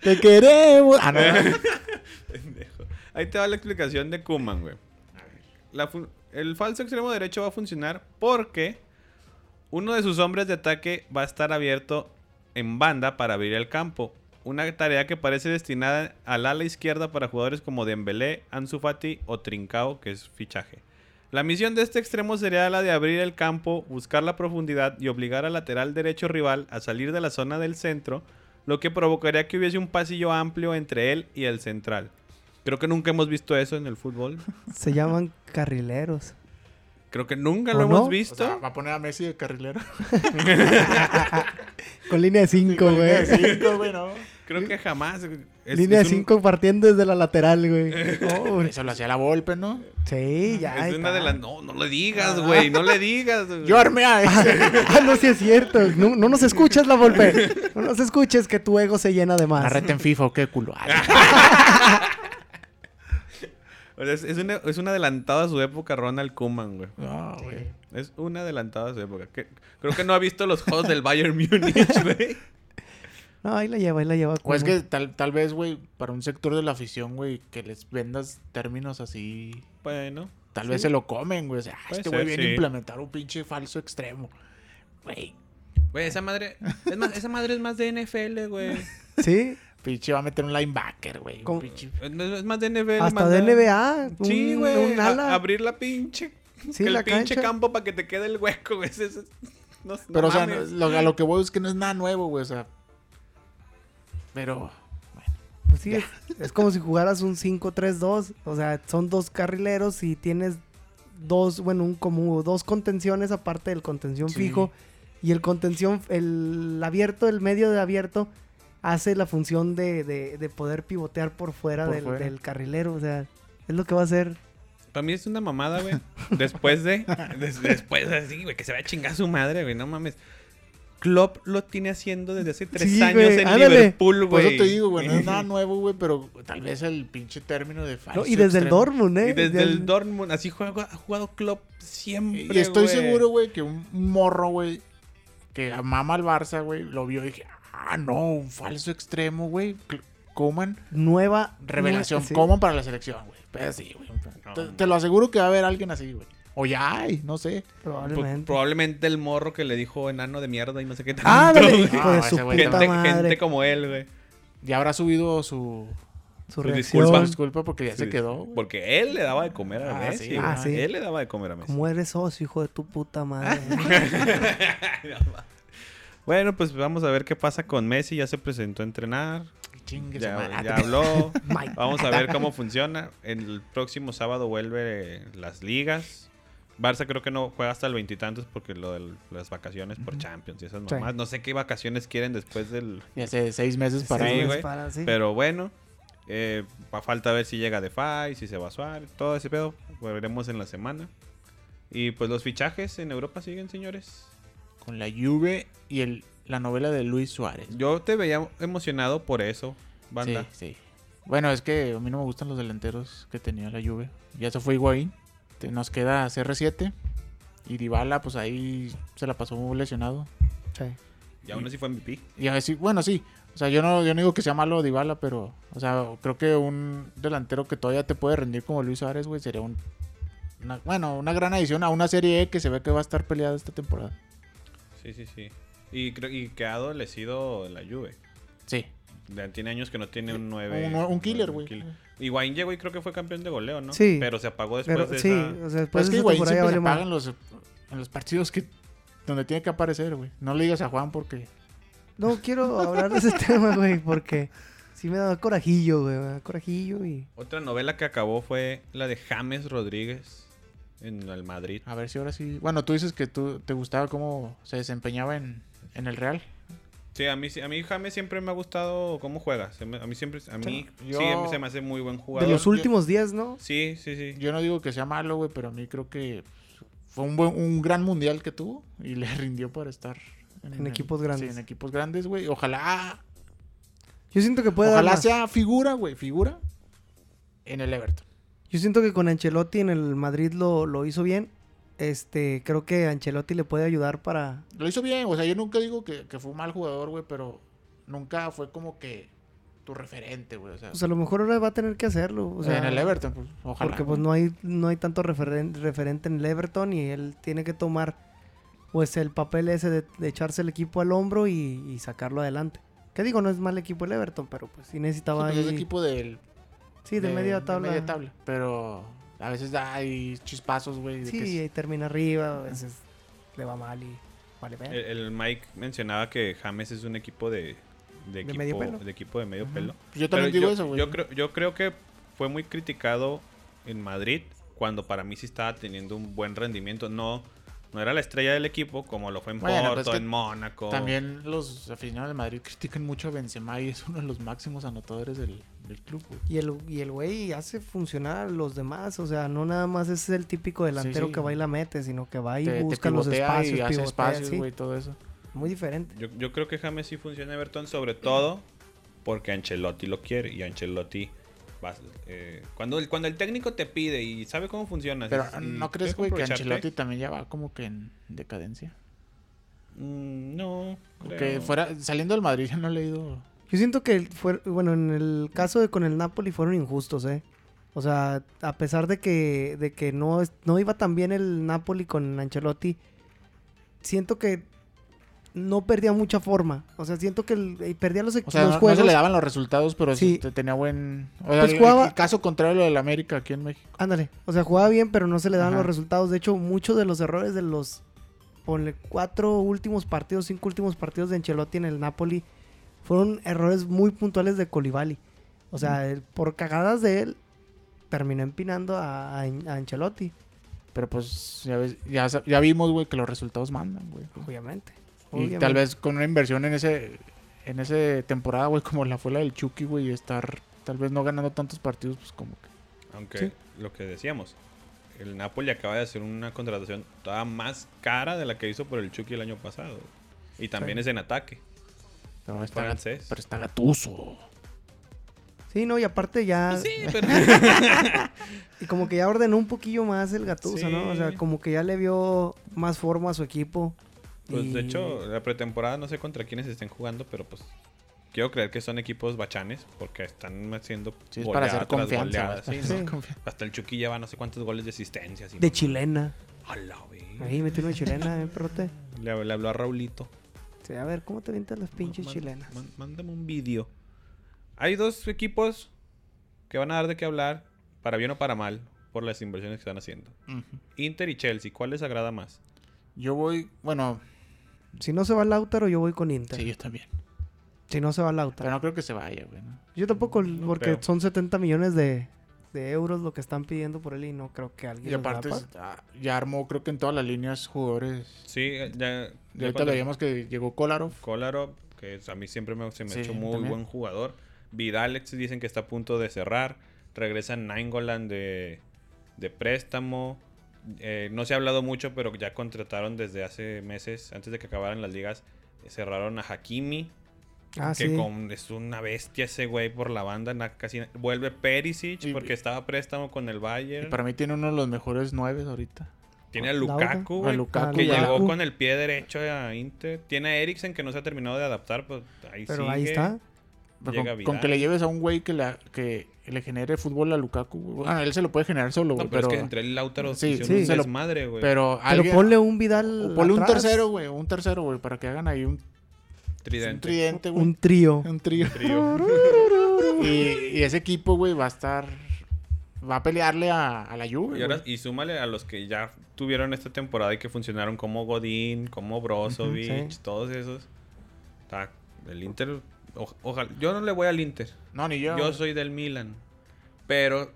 Speaker 3: ¡Te queremos! Ah, no.
Speaker 2: <laughs> Pendejo. Ahí te va la explicación de Kuman, güey. La fu- el falso extremo derecho va a funcionar porque uno de sus hombres de ataque va a estar abierto en banda para abrir el campo. Una tarea que parece destinada al ala izquierda para jugadores como Dembélé, Ansu Fati o Trincao, que es fichaje. La misión de este extremo sería la de abrir el campo, buscar la profundidad y obligar al lateral derecho rival a salir de la zona del centro, lo que provocaría que hubiese un pasillo amplio entre él y el central. Creo que nunca hemos visto eso en el fútbol.
Speaker 1: Se llaman carrileros.
Speaker 2: Creo que nunca
Speaker 1: ¿O
Speaker 2: lo
Speaker 1: no?
Speaker 2: hemos
Speaker 3: O
Speaker 2: visto.
Speaker 3: sea, va a poner a Messi de carrilero.
Speaker 1: Con línea de 5, güey.
Speaker 3: <laughs> Cinco, güey, no.
Speaker 2: Creo que jamás. Es-
Speaker 1: Línea de
Speaker 2: es un-
Speaker 1: 5 partiendo desde la lateral, güey. Oh, güey.
Speaker 3: Eso lo hacía la Volpe, ¿no?
Speaker 1: sí, ya. ahí
Speaker 2: es una
Speaker 1: está.
Speaker 2: de las. No, no le digas, güey. No le digas. güey.
Speaker 3: Yo armé a <laughs> ese.
Speaker 1: <laughs> Ah, no, sí es cierto. No, no nos escuchas, la golpe. No nos escuches que tu ego se llena de
Speaker 3: La
Speaker 1: más.
Speaker 3: reta en FIFA, ¿o qué culo. Ah,
Speaker 2: O sea, es, es, una- es un adelantado a su época, Ronald Koeman, güey.
Speaker 3: <laughs> No, güey.
Speaker 2: Es un adelantado a su época. Que- creo que no ha visto los juegos del
Speaker 1: <laughs>
Speaker 2: Bayern Múnich, güey.
Speaker 1: No, ahí la lleva, ahí la lleva.
Speaker 3: O
Speaker 2: Pues
Speaker 3: Pues es
Speaker 1: Kuman.
Speaker 3: que tal, tal vez, güey, para un sector de la afición, güey, que les vendas términos así,
Speaker 2: Bueno.
Speaker 3: tal vez se lo comen, güey. O sea, ah,
Speaker 2: Puede
Speaker 3: este güey
Speaker 2: ser,
Speaker 3: viene
Speaker 2: sí.
Speaker 3: a implementar un pinche falso extremo. Güey,
Speaker 2: Güey, esa madre. Es más, esa madre es más de NFL, güey.
Speaker 1: Sí,
Speaker 3: pinche va a meter un linebacker, güey.
Speaker 1: Como-
Speaker 3: Un pinche
Speaker 2: Es es más de NFL.
Speaker 1: hasta de
Speaker 2: mandar-
Speaker 1: NBA. Un,
Speaker 2: Sí, güey.
Speaker 1: Un
Speaker 2: a-
Speaker 1: ala.
Speaker 2: Abrir la pinche.
Speaker 1: Sí,
Speaker 2: que el
Speaker 1: la
Speaker 2: pinche
Speaker 1: cancha.
Speaker 2: campo para que te quede el hueco, <laughs> güey. Ese- ese- no- no
Speaker 3: Pero, o sea,
Speaker 2: mames.
Speaker 3: no- lo- a lo que voy es que no es nada nuevo, güey. O sea. Pero.
Speaker 1: Pues sí, es, es como si jugaras un 5-3-2. O sea, son dos carrileros y tienes dos, bueno, un, como dos contenciones aparte del contención
Speaker 3: Sí.
Speaker 1: fijo. Y el contención, el abierto, el medio de abierto, hace la función de, de- de poder pivotear por fuera,
Speaker 3: Por
Speaker 1: del,
Speaker 3: fuera.
Speaker 1: del carrilero. O sea, es lo que va a hacer.
Speaker 2: Para mí es una mamada,
Speaker 3: <laughs>
Speaker 2: güey. Después de. des- después así, güey, que se va a chingar su madre, güey. No mames. Klopp lo tiene haciendo desde hace tres
Speaker 1: Sí,
Speaker 2: años
Speaker 1: güey,
Speaker 2: en
Speaker 1: ándale.
Speaker 2: Liverpool,
Speaker 3: Por
Speaker 2: güey.
Speaker 3: eso te digo, güey,
Speaker 2: <laughs>
Speaker 3: no es nada nuevo, güey, pero tal vez el pinche término de falso.
Speaker 1: No, y desde el
Speaker 3: extremo.
Speaker 1: Dortmund, ¿eh?
Speaker 2: Y desde el Dortmund, así juega- ha jugado Klopp siempre.
Speaker 3: Y estoy
Speaker 2: güey.
Speaker 3: seguro, güey, que un morro, güey, que mama al Barça, güey, lo vio y dije, ah, no, un falso extremo, güey. Cl- Coman,
Speaker 1: Nueva.
Speaker 3: revelación.
Speaker 1: nue- sí.
Speaker 3: Coman para la selección, güey. Pero sí, güey. Te, te lo aseguro que va a haber alguien así, güey. O ya hay, no sé.
Speaker 2: Pro-
Speaker 1: Probablemente.
Speaker 2: Pues, probablemente el morro que le dijo enano de mierda y no sé qué tanto.
Speaker 1: Ándale,
Speaker 2: güey.
Speaker 1: hijo
Speaker 3: Ah,
Speaker 1: de
Speaker 3: ese
Speaker 1: su
Speaker 3: güey
Speaker 1: puta
Speaker 2: gente,
Speaker 1: madre.
Speaker 2: gente como él, güey.
Speaker 3: Ya habrá subido su,
Speaker 1: su
Speaker 2: Pues
Speaker 1: reacción.
Speaker 2: disculpa.
Speaker 3: disculpa porque ya se
Speaker 2: Sí,
Speaker 3: quedó. güey.
Speaker 2: Porque él le daba de comer a
Speaker 3: Ah,
Speaker 2: Messi.
Speaker 3: sí.
Speaker 2: güey.
Speaker 1: Ah, sí.
Speaker 2: Él le daba de comer a Messi.
Speaker 1: Como eres socio, hijo de tu puta madre.
Speaker 2: Bueno, pues vamos a ver qué pasa con Messi. Ya se presentó a entrenar.
Speaker 3: Chingue su madre.
Speaker 2: Ya,
Speaker 3: Ah,
Speaker 2: ya
Speaker 3: te-
Speaker 2: habló.
Speaker 1: Mike.
Speaker 2: Vamos a ver cómo funciona. El próximo sábado vuelve eh, las ligas. Barça creo que no juega hasta el veintitantos porque lo de las vacaciones por Champions y esas
Speaker 1: Sí.
Speaker 2: mamás. No sé qué vacaciones quieren después del...
Speaker 3: Ya hace seis meses para.
Speaker 2: Sí,
Speaker 1: Paradas,
Speaker 2: güey.
Speaker 1: paradas, sí.
Speaker 2: Pero bueno, eh, va a falta ver si llega DeFi, si se va a suar, todo ese pedo. Lo veremos en la semana. Y pues los fichajes en Europa siguen, señores.
Speaker 3: Con la Juve y el, la novela de Luis Suárez.
Speaker 2: Yo te veía emocionado por eso, banda.
Speaker 3: Sí, sí. Bueno, es que a mí no me gustan los delanteros que tenía la Juve. Ya se fue Higuaín. Te- Nos queda CR7. Y Dybala, pues ahí se la pasó muy lesionado.
Speaker 1: Sí.
Speaker 2: Y aún así fue MVP.
Speaker 3: Y a decir, bueno, sí. O sea, yo no, yo no digo que sea malo Dybala, pero... O sea, creo que un delantero que todavía te puede rendir como Luis Suárez, güey, sería un... una- bueno, una gran adición a una Serie E que se ve que va a estar peleada esta temporada.
Speaker 2: Sí, sí, sí. Y, creo, y que ha adolecido la Juve.
Speaker 3: Sí.
Speaker 2: Ya Tiene años que no tiene un 9.
Speaker 3: Un- un killer, güey.
Speaker 2: Higuaín llegó y creo que fue campeón de goleo, ¿no?
Speaker 1: Sí.
Speaker 2: Pero se apagó después
Speaker 1: Pero
Speaker 2: de
Speaker 1: sí,
Speaker 2: esa...
Speaker 1: o sea, después
Speaker 3: Pues es
Speaker 1: de
Speaker 3: que
Speaker 1: esa
Speaker 3: Higuaín
Speaker 1: temporada ya
Speaker 3: siempre se
Speaker 1: vale
Speaker 3: apaga
Speaker 1: madre.
Speaker 3: en los, en los partidos que donde tiene que aparecer, güey. No le digas a Juan porque...
Speaker 1: No quiero hablar de ese <laughs> tema, güey, porque sí me da corajillo, güey. me da corajillo y.
Speaker 2: Otra novela que acabó fue la de James Rodríguez en el Madrid.
Speaker 3: A ver si ahora sí... Bueno, tú dices que tú te gustaba cómo se desempeñaba en, en el Real.
Speaker 2: Sí, a mí, sí- a mí James siempre me ha gustado cómo juega. Se me- a mí siempre, a mí,
Speaker 3: Yo-
Speaker 2: sí, se me hace muy buen
Speaker 1: De
Speaker 2: jugador.
Speaker 1: los
Speaker 3: yo-
Speaker 1: últimos días, ¿no?
Speaker 2: Sí, sí, sí.
Speaker 3: Yo no digo que sea malo, güey, pero a mí creo que fue un, buen, un gran mundial que tuvo y <laughs> le rindió para estar
Speaker 1: En equipos
Speaker 3: sí,
Speaker 1: grandes.
Speaker 3: en equipos grandes, güey. Ojalá,
Speaker 1: Yo siento que puede dar
Speaker 3: ojalá
Speaker 1: más.
Speaker 3: sea figura, güey, figura en el Everton.
Speaker 1: Yo siento que con Ancelotti en el Madrid lo, lo hizo bien. Este, creo que Ancelotti le puede ayudar para.
Speaker 3: Lo hizo bien, o sea, yo nunca digo que, que fue un mal jugador, güey, pero nunca fue como que tu referente, güey. O sea,
Speaker 1: O sea, pues, a lo mejor ahora va a tener que hacerlo. O sea,
Speaker 3: en el Everton, pues, ojalá.
Speaker 1: Porque pues
Speaker 3: güey.
Speaker 1: no hay, no hay tanto referen- referente en el Everton y él tiene que tomar pues el papel ese de, de echarse el equipo al hombro y, y sacarlo adelante. Que digo, no es mal equipo el Everton, pero pues sí necesitaba
Speaker 3: Sí, pues, es
Speaker 1: ahí-
Speaker 3: equipo del
Speaker 1: sí, de, media tabla.
Speaker 3: media tabla. Pero a veces da ahí chispazos, güey. de que
Speaker 1: Sí, eh. ahí termina arriba, a veces le va mal y vale ver.
Speaker 2: El,
Speaker 3: Eh.
Speaker 2: el Mike mencionaba que James es un equipo de, de, equipo,
Speaker 1: medio pelo.
Speaker 2: de equipo de medio
Speaker 3: Ajá.
Speaker 2: pelo. Pero
Speaker 3: Yo también digo
Speaker 2: yo-
Speaker 3: eso, güey.
Speaker 2: Yo creo, yo creo que fue muy criticado en Madrid cuando para mí sí estaba teniendo un buen rendimiento. No, no era la estrella del equipo como lo fue en
Speaker 3: Bueno, pero
Speaker 2: Porto,
Speaker 3: es que
Speaker 2: en Mónaco.
Speaker 3: También los aficionados de Madrid critican mucho a Benzema y es uno de los máximos anotadores del, del club, güey.
Speaker 1: Y el, y el güey hace funcionar a los demás, o sea, no nada más es el típico delantero
Speaker 3: sí.
Speaker 1: que va y la mete, sino que va y
Speaker 3: Te- te
Speaker 1: busca los
Speaker 3: pivotea
Speaker 1: espacios,
Speaker 3: y hace
Speaker 1: pivotea,
Speaker 3: espacios,
Speaker 1: sí,
Speaker 3: güey, todo eso.
Speaker 1: muy diferente.
Speaker 2: Yo, yo creo que James sí funciona en Everton, sobre todo porque Ancelotti lo quiere y Ancelotti. va- eh, cuando, el, cuando el técnico te pide y sabe cómo funciona.
Speaker 3: Pero
Speaker 2: y- y
Speaker 3: ¿no crees,
Speaker 2: deja
Speaker 3: güey, que
Speaker 2: aprovecharte?
Speaker 3: Ancelotti también ya va como que en decadencia?
Speaker 2: Mm, no.
Speaker 3: Porque
Speaker 2: creo.
Speaker 3: fuera, saliendo del Madrid ya no le he ido...
Speaker 1: Yo siento que fue, bueno, en el caso de con el Napoli fueron injustos, eh. O sea, a pesar de que, de que no, es- no iba tan bien el Napoli con Ancelotti, siento que no perdía mucha forma. O sea, siento que el- eh, perdía los, equ-
Speaker 3: O sea,
Speaker 1: los
Speaker 3: no, no
Speaker 1: juegos.
Speaker 3: se le daban los resultados, pero
Speaker 1: Sí.
Speaker 3: sí. te tenía buen... O sea,
Speaker 1: Pues
Speaker 3: el-
Speaker 1: jugaba-
Speaker 3: el caso contrario a lo del América aquí en México.
Speaker 1: Ándale, o sea, jugaba bien, pero no se le daban
Speaker 3: Ajá.
Speaker 1: los resultados. De hecho, muchos de los errores de los, ponle, cuatro últimos partidos, cinco últimos partidos de Ancelotti en el Napoli, fueron errores muy puntuales de Colibali. O sea, él- por cagadas de él, terminó empinando a, a- a Ancelotti,
Speaker 3: Pero pues ya, ves- ya, sa- ya vimos, güey, que los resultados mandan, güey.
Speaker 1: obviamente.
Speaker 3: Y
Speaker 1: Obviamente.
Speaker 3: tal vez con una inversión en ese en ese temporada, güey, como la fue la del Chucky, güey, y estar tal vez no ganando tantos partidos, pues como que.
Speaker 2: Aunque
Speaker 1: Sí.
Speaker 2: lo que decíamos, el Napoli acaba de hacer una contratación todavía más cara de la que hizo por el Chucky el año pasado. Y también es en
Speaker 3: <laughs>
Speaker 2: ataque.
Speaker 3: Pero está,
Speaker 2: francés.
Speaker 3: pero está gatuso.
Speaker 1: Sí, no, y aparte ya.
Speaker 2: Pues Sí, pero
Speaker 1: Y como que ya ordenó un poquillo más el gatuso, ¿no? O sea,
Speaker 2: Sí.
Speaker 1: como que ya le vio más forma a su equipo.
Speaker 2: pues, de
Speaker 1: y-
Speaker 2: hecho, la pretemporada no sé contra quiénes estén jugando, pero pues quiero creer que son equipos bachanes porque están haciendo
Speaker 3: Sí, es para hacer
Speaker 2: tras
Speaker 3: confianza.
Speaker 2: goleada,
Speaker 3: güey, para
Speaker 2: sí,
Speaker 3: <laughs> hacer
Speaker 1: ¿no?
Speaker 3: confianza.
Speaker 2: Hasta el Chucky lleva no sé cuántos goles de asistencia. así,
Speaker 1: De
Speaker 2: mamá.
Speaker 1: chilena.
Speaker 2: A la verga.
Speaker 1: Ahí metió una chilena, ¿eh, perrote?
Speaker 2: Le, le habló a Raulito.
Speaker 1: Sí, a ver, ¿cómo te avientas las pinches
Speaker 2: Man-
Speaker 1: chilenas?
Speaker 2: man- mándame un vídeo. Hay dos equipos que van a dar de qué hablar, para bien o para mal, por las inversiones que están haciendo.
Speaker 3: Ujú.
Speaker 2: Inter y Chelsea, ¿cuál les agrada más?
Speaker 3: Yo voy, bueno,
Speaker 1: Si no se va Lautaro, yo voy con Inter.
Speaker 3: sí, yo también.
Speaker 1: Si no se va Lautaro.
Speaker 3: Pero no creo que se vaya, güey. ¿no?
Speaker 1: Yo tampoco, porque
Speaker 2: creo.
Speaker 1: son 70 millones de, de euros lo que están pidiendo por él y no creo que alguien...
Speaker 3: Y
Speaker 1: los
Speaker 3: aparte,
Speaker 1: va a
Speaker 3: es-
Speaker 1: pagar.
Speaker 3: ah, ya armó, creo que en todas las líneas jugadores.
Speaker 2: Sí, eh, ya.
Speaker 3: Y ahorita veíamos que llegó Kolarov.
Speaker 2: Kolarov, que es- a mí siempre me, se me ha
Speaker 3: Sí,
Speaker 2: hecho
Speaker 3: a mí
Speaker 2: muy
Speaker 3: también.
Speaker 2: buen jugador. Vidalex dicen que está a punto de cerrar. Regresa Nainggolan de, de préstamo. Eh, no se ha hablado mucho, pero ya contrataron desde hace meses, antes de que acabaran las ligas, cerraron a Hakimi.
Speaker 1: Ah,
Speaker 2: que
Speaker 1: sí.
Speaker 2: con- es una bestia ese güey por la banda. na- casi, vuelve Perisic
Speaker 3: Y-
Speaker 2: porque estaba a préstamo con el
Speaker 3: Y
Speaker 2: Bayern.
Speaker 3: para mí tiene uno de los mejores nueves ahorita.
Speaker 2: Tiene a
Speaker 1: Laura.
Speaker 2: Lukaku,
Speaker 3: A
Speaker 2: güey,
Speaker 3: Lukaku,
Speaker 2: que
Speaker 1: Lukaku.
Speaker 2: llegó con el pie derecho a Inter. Tiene a Eriksen que no se ha terminado de adaptar. Pues ahí
Speaker 1: Pero
Speaker 2: sigue.
Speaker 1: ahí está.
Speaker 3: Pero
Speaker 2: Llega
Speaker 3: Con, con
Speaker 2: Vidal.
Speaker 3: que le lleves a un güey que, la, que le genere fútbol a Lukaku. güey. Bueno, él se lo puede generar solo,
Speaker 2: No,
Speaker 3: güey.
Speaker 2: pero,
Speaker 3: pero
Speaker 2: es que entre el Lautaro
Speaker 3: Sí,
Speaker 2: hicieron
Speaker 1: sí.
Speaker 2: un
Speaker 1: se
Speaker 3: lo-
Speaker 2: desmadre, güey.
Speaker 3: Pero,
Speaker 1: Pero
Speaker 3: alguien,
Speaker 1: ponle un Vidal
Speaker 3: o ponle un
Speaker 1: atrás,
Speaker 3: tercero, güey. Un tercero, güey. Para que hagan ahí un, un
Speaker 2: Tridente.
Speaker 3: tridente, güey.
Speaker 1: Un
Speaker 3: <laughs>
Speaker 1: trío.
Speaker 3: Un trío.
Speaker 2: Trío.
Speaker 3: <laughs> Y, y ese equipo, güey, va a estar. Va a pelearle a, a la Juve.
Speaker 2: Y, ahora-
Speaker 3: güey.
Speaker 2: y súmale a los que ya tuvieron esta temporada y que funcionaron como Godín, como Brozovic,
Speaker 1: Ujú, sí.
Speaker 2: todos esos. Está- el Inter, o- ojalá. Yo no le voy al Inter.
Speaker 3: No, ni yo.
Speaker 2: Yo soy del Milan. Pero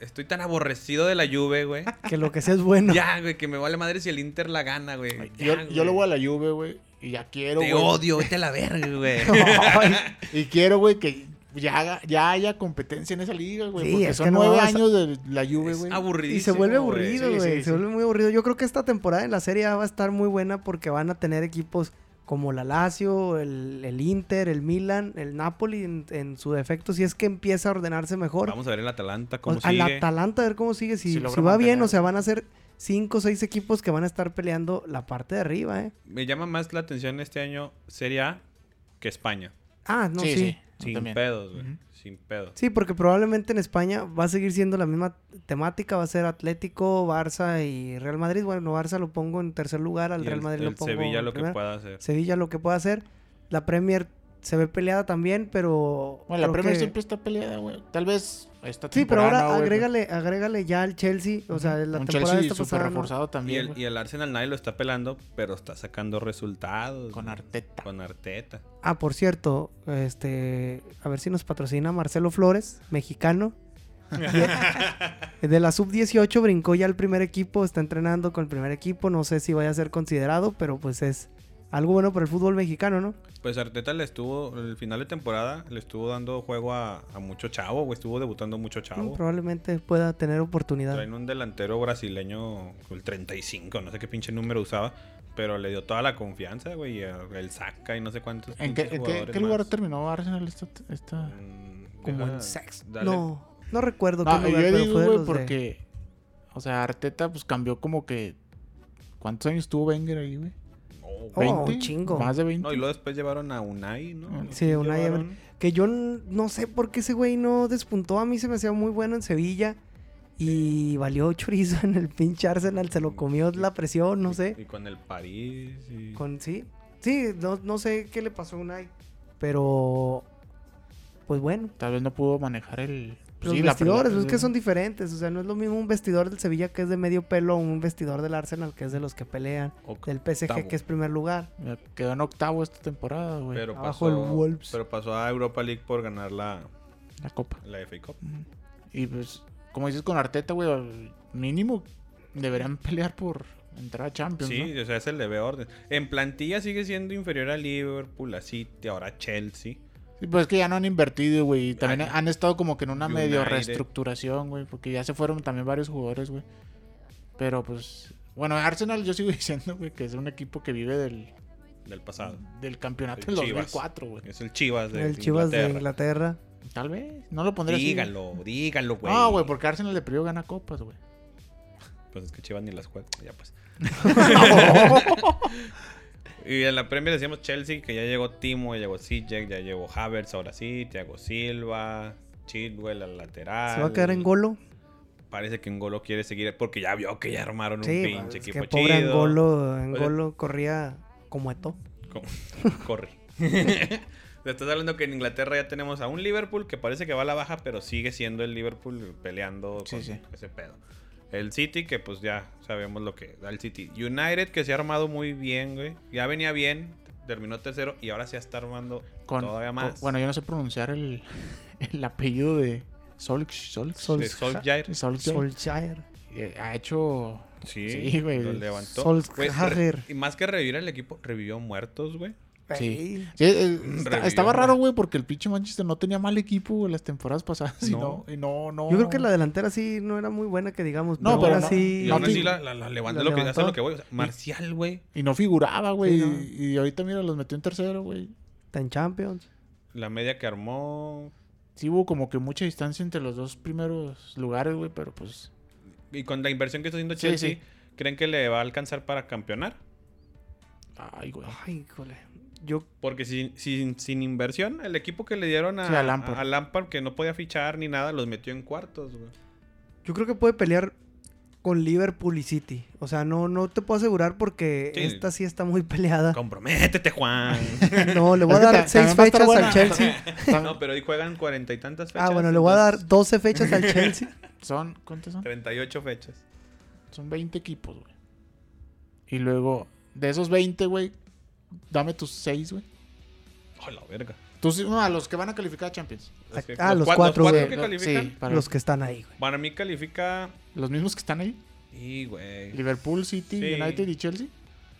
Speaker 2: estoy tan aborrecido de la
Speaker 1: <laughs>
Speaker 2: Juve, güey.
Speaker 1: Que lo que sea es bueno.
Speaker 2: Ya, güey, que me vale madre si el Inter la gana, güey.
Speaker 3: Yo, yo le voy a la Juve, güey. Y ya quiero,
Speaker 4: Te
Speaker 3: güey.
Speaker 4: odio, vete a la
Speaker 1: <laughs>
Speaker 4: verga, güey.
Speaker 1: <laughs> Ay,
Speaker 3: Y quiero, güey, que ya, haga- ya haya competencia en esa liga, güey.
Speaker 1: Sí,
Speaker 3: porque
Speaker 1: es
Speaker 3: son
Speaker 1: que no
Speaker 3: nueve
Speaker 1: vas a-
Speaker 3: años de la Juve,
Speaker 2: Es
Speaker 3: güey.
Speaker 2: aburridísimo.
Speaker 1: y se vuelve
Speaker 2: güey.
Speaker 1: aburrido,
Speaker 3: Sí,
Speaker 1: güey.
Speaker 3: sí,
Speaker 1: se
Speaker 3: sí.
Speaker 1: vuelve muy aburrido. Yo creo que esta temporada en la Serie A va a estar muy buena porque van a tener equipos como la Lazio, el, el Inter, el Milan, el Napoli en, en su defecto. Si es que empieza a ordenarse mejor.
Speaker 2: Vamos a ver el Atalanta
Speaker 1: O-
Speaker 2: cómo
Speaker 1: al
Speaker 2: sigue.
Speaker 1: Atalanta, a ver cómo sigue. Si,
Speaker 3: Si logra
Speaker 1: si va bien,
Speaker 3: mantener.
Speaker 1: o sea, van a ser cinco o seis equipos que van a estar peleando la parte de arriba, ¿eh?
Speaker 2: Me llama más la atención este año Serie A que España.
Speaker 1: Ah, no,
Speaker 3: sí,
Speaker 1: sí.
Speaker 3: sí.
Speaker 2: Sin
Speaker 3: también.
Speaker 2: pedos, güey.
Speaker 3: Ujú.
Speaker 2: Sin pedos.
Speaker 1: Sí, porque probablemente en España va a seguir siendo la misma temática, va a ser Atlético, Barça y Real Madrid. Bueno, Barça lo pongo en tercer lugar, al
Speaker 2: Y
Speaker 1: Real
Speaker 2: el-
Speaker 1: Madrid
Speaker 2: el
Speaker 1: lo pongo
Speaker 2: Sevilla
Speaker 1: en
Speaker 2: lo que
Speaker 1: primero.
Speaker 2: pueda hacer.
Speaker 1: Sevilla lo que pueda hacer. La Premier se ve peleada también, pero
Speaker 3: Bueno, la
Speaker 1: creo
Speaker 3: Premier
Speaker 1: que-
Speaker 3: siempre está peleada, güey. Tal vez esta
Speaker 1: Sí, pero ahora
Speaker 3: temporada, güey, pues.
Speaker 1: agrégale, agrégale ya al Chelsea, o sea, la
Speaker 3: un
Speaker 1: temporada
Speaker 3: Chelsea
Speaker 1: está
Speaker 3: súper
Speaker 1: pasando.
Speaker 3: reforzado
Speaker 2: Y
Speaker 3: también,
Speaker 2: el,
Speaker 3: güey,
Speaker 2: y el Arsenal nadie lo está pelando, pero está sacando resultados.
Speaker 3: con
Speaker 2: güey.
Speaker 3: Arteta.
Speaker 2: Con Arteta.
Speaker 1: Ah, por cierto, este, a ver si nos patrocina Marcelo Flores,
Speaker 3: <laughs>
Speaker 1: mexicano. De la sub-18 brincó ya al primer equipo, está entrenando con el primer equipo, no sé si vaya a ser considerado, pero pues es algo bueno para el fútbol mexicano, ¿no?
Speaker 2: Pues Arteta le estuvo, el final de temporada, le estuvo dando juego a, a mucho chavo, güey. Estuvo debutando mucho
Speaker 1: Mm,
Speaker 2: chavo.
Speaker 1: Probablemente pueda tener oportunidad.
Speaker 2: Traen un delantero brasileño, el 35, no sé qué pinche número usaba, pero le dio toda la confianza, güey. y El saca y no sé cuántos.
Speaker 3: ¿En
Speaker 2: pinches
Speaker 3: qué, en qué-
Speaker 2: jugadores
Speaker 3: qué lugar
Speaker 2: más.
Speaker 3: terminó Arsenal esta...? esta...
Speaker 2: Mm,
Speaker 1: Como
Speaker 2: deja-
Speaker 1: en sexto.
Speaker 2: dale.
Speaker 1: No, no recuerdo
Speaker 3: No,
Speaker 1: qué lugar,
Speaker 3: Ah, yo
Speaker 1: pero
Speaker 3: digo,
Speaker 1: fue de
Speaker 3: güey,
Speaker 1: los de-
Speaker 3: porque... O sea, Arteta, pues, cambió como que... ¿Cuántos años tuvo Wenger ahí, güey?
Speaker 2: No, güey.
Speaker 1: Oh, un chingo.
Speaker 3: Más de 20.
Speaker 2: No, y luego después llevaron a Unai, ¿no?
Speaker 1: Ah, Sí, Unai
Speaker 2: Llevaron-
Speaker 1: Que yo n- no sé por qué ese güey no despuntó. A mí se me hacía muy bueno en Sevilla. Y valió chorizo en el pinche Arsenal. Se lo comió la presión, no
Speaker 2: y-
Speaker 1: sé.
Speaker 2: Y con el París. y-
Speaker 1: Con, sí, sí, no, no sé qué le pasó a Unai. Pero, pues bueno.
Speaker 3: Tal vez no pudo manejar el... pues,
Speaker 1: Los
Speaker 3: sí, la
Speaker 1: vestidores,
Speaker 3: pelota,
Speaker 1: es que son diferentes. O sea, no es lo mismo un vestidor del Sevilla que es de medio pelo. Un vestidor del Arsenal que es de los que pelean. Del PSG
Speaker 2: Octavo.
Speaker 1: que es primer lugar.
Speaker 3: Mira, Quedó en octavo esta temporada, güey.
Speaker 2: Pero
Speaker 1: Abajo
Speaker 2: pasó,
Speaker 1: el Wolves.
Speaker 2: Pero pasó a Europa League por ganar la,
Speaker 3: La copa.
Speaker 2: la FA Cup.
Speaker 3: Ujú. Y pues, como dices con Arteta, güey, al mínimo deberían pelear por entrar a Champions,
Speaker 2: Sí,
Speaker 3: ¿no?
Speaker 2: o sea, es el debe orden. En plantilla sigue siendo inferior a Liverpool, a City, ahora a Chelsea.
Speaker 3: Sí, pues es que ya no han invertido, güey. Y también
Speaker 2: Ay.
Speaker 3: han estado como que en una medio
Speaker 2: United.
Speaker 3: reestructuración, güey. Porque ya se fueron también varios jugadores, güey. Pero pues. Bueno, Arsenal yo sigo <laughs> diciendo, güey, que es un equipo que vive del,
Speaker 2: Del pasado.
Speaker 3: del campeonato
Speaker 2: El
Speaker 3: del
Speaker 2: Ah, Chivas.
Speaker 3: 2004, güey.
Speaker 2: Es el Chivas de
Speaker 1: el Chivas de
Speaker 2: Inglaterra.
Speaker 1: Inglaterra.
Speaker 3: Tal vez. No lo pondría así, güey.
Speaker 2: Dígalo, dígalo, güey.
Speaker 1: Ah,
Speaker 3: No, güey, porque Arsenal de perdió gana
Speaker 2: <laughs>
Speaker 3: copas, güey. <laughs>
Speaker 2: Pues es que Chivas ni las juega. Ya pues. y en la Premier decíamos Chelsea, que ya llegó Timo, ya llegó Sijek, ya llegó Havertz, ahora sí, Thiago Silva, Chidwell al
Speaker 3: Ah,
Speaker 2: lateral.
Speaker 1: Se va a quedar en golo.
Speaker 2: Parece que Ngolo quiere seguir porque ya vio que ya armaron un
Speaker 1: Sí,
Speaker 2: pinche
Speaker 1: es
Speaker 2: equipo
Speaker 1: que pobre
Speaker 2: chido.
Speaker 1: Angolo,
Speaker 2: Oye.
Speaker 1: Angolo corría como esto.
Speaker 2: Co- Corre. Te <laughs> estás hablando que en Inglaterra ya tenemos a un Liverpool que parece que va a la baja, pero sigue siendo el Liverpool peleando
Speaker 3: Sí,
Speaker 2: con
Speaker 3: sí.
Speaker 2: ese pedo. El City, que pues ya sabemos lo que da el City. United, que se ha armado muy bien, güey. Ya venía bien, terminó tercero y ahora se está armando
Speaker 3: Con,
Speaker 2: todavía
Speaker 3: con-
Speaker 2: más.
Speaker 3: bueno, yo no sé pronunciar el, <laughs> el apellido de Solskjaer. Solskjaer.
Speaker 2: De Solskjaer.
Speaker 3: Solskjaer.
Speaker 1: Solskjaer.
Speaker 3: Eh, ha hecho.
Speaker 2: Sí,
Speaker 3: Sí, güey.
Speaker 2: Lo levantó. Güey,
Speaker 1: Solskjaer.
Speaker 2: re- y más que revivir el equipo, revivió muertos, güey.
Speaker 1: Ey.
Speaker 3: Sí, eh, está-
Speaker 2: Revivió,
Speaker 3: estaba raro,
Speaker 2: güey.
Speaker 3: güey, porque el pinche Manchester no tenía mal equipo güey, las temporadas pasadas. Y
Speaker 2: No.
Speaker 3: no, y no, no.
Speaker 1: Yo creo que la delantera sí no era muy buena que digamos.
Speaker 3: No,
Speaker 1: pero,
Speaker 3: pero
Speaker 1: ahora
Speaker 3: no-
Speaker 1: sí.
Speaker 2: Y
Speaker 3: no
Speaker 2: aún así
Speaker 3: te-
Speaker 2: la, la- la levantó,
Speaker 1: la
Speaker 2: lo que, hasta
Speaker 1: levantó.
Speaker 2: lo que voy. o sea, Marcial, güey.
Speaker 3: Y no figuraba, güey.
Speaker 1: Sí, no.
Speaker 3: y, y ahorita, mira, los metió en tercero, güey.
Speaker 1: Está en Champions.
Speaker 2: La media que armó,
Speaker 3: Sí hubo como que mucha distancia entre los dos primeros lugares, güey, pero pues.
Speaker 2: Y con la inversión que está haciendo
Speaker 3: Sí,
Speaker 2: Chelsea,
Speaker 3: sí.
Speaker 2: ¿creen que le va a alcanzar para campeonar?
Speaker 3: Ay, güey.
Speaker 1: Ay, híjole. Yo,
Speaker 2: Porque sin, sin, sin inversión, el equipo que le dieron a,
Speaker 3: Sí, a Lampard.
Speaker 2: a- a Lampard, que no podía fichar ni nada, los metió en cuartos, güey.
Speaker 1: yo creo que puede pelear con Liverpool y City. O sea, no, no te puedo asegurar porque
Speaker 2: Sí.
Speaker 1: esta sí está muy <laughs>
Speaker 3: Ah.
Speaker 1: peleada.
Speaker 2: Comprométete,
Speaker 3: <laughs>
Speaker 2: Juan.
Speaker 1: No, le voy a
Speaker 3: Es que
Speaker 1: dar
Speaker 3: ta-
Speaker 1: seis
Speaker 3: también va a estar
Speaker 1: fechas
Speaker 3: buena.
Speaker 1: al
Speaker 2: <laughs>
Speaker 1: Chelsea.
Speaker 2: no, pero hoy juegan cuarenta y tantas fechas.
Speaker 1: Ah, bueno, le voy a dar
Speaker 2: entonces,
Speaker 1: 12 fechas
Speaker 2: <laughs>
Speaker 1: al Chelsea.
Speaker 3: Son, ¿cuántas son?
Speaker 2: 38 fechas.
Speaker 3: Son 20 equipos, güey. Y luego, de esos 20, güey, dame tus 6, güey.
Speaker 2: Oh, la verga.
Speaker 3: Tus, no, a los que van a calificar a Champions. Eh,
Speaker 1: Ah,
Speaker 2: que-
Speaker 1: ah, los
Speaker 2: cua-
Speaker 1: cuatro,
Speaker 2: los
Speaker 1: güey.
Speaker 2: que califican.
Speaker 3: Sí, para
Speaker 1: Los que están ahí, güey.
Speaker 2: Para mí califica.
Speaker 3: los mismos que están ahí.
Speaker 2: Y, güey.
Speaker 3: Liverpool, City,
Speaker 2: Sí.
Speaker 3: United y Chelsea.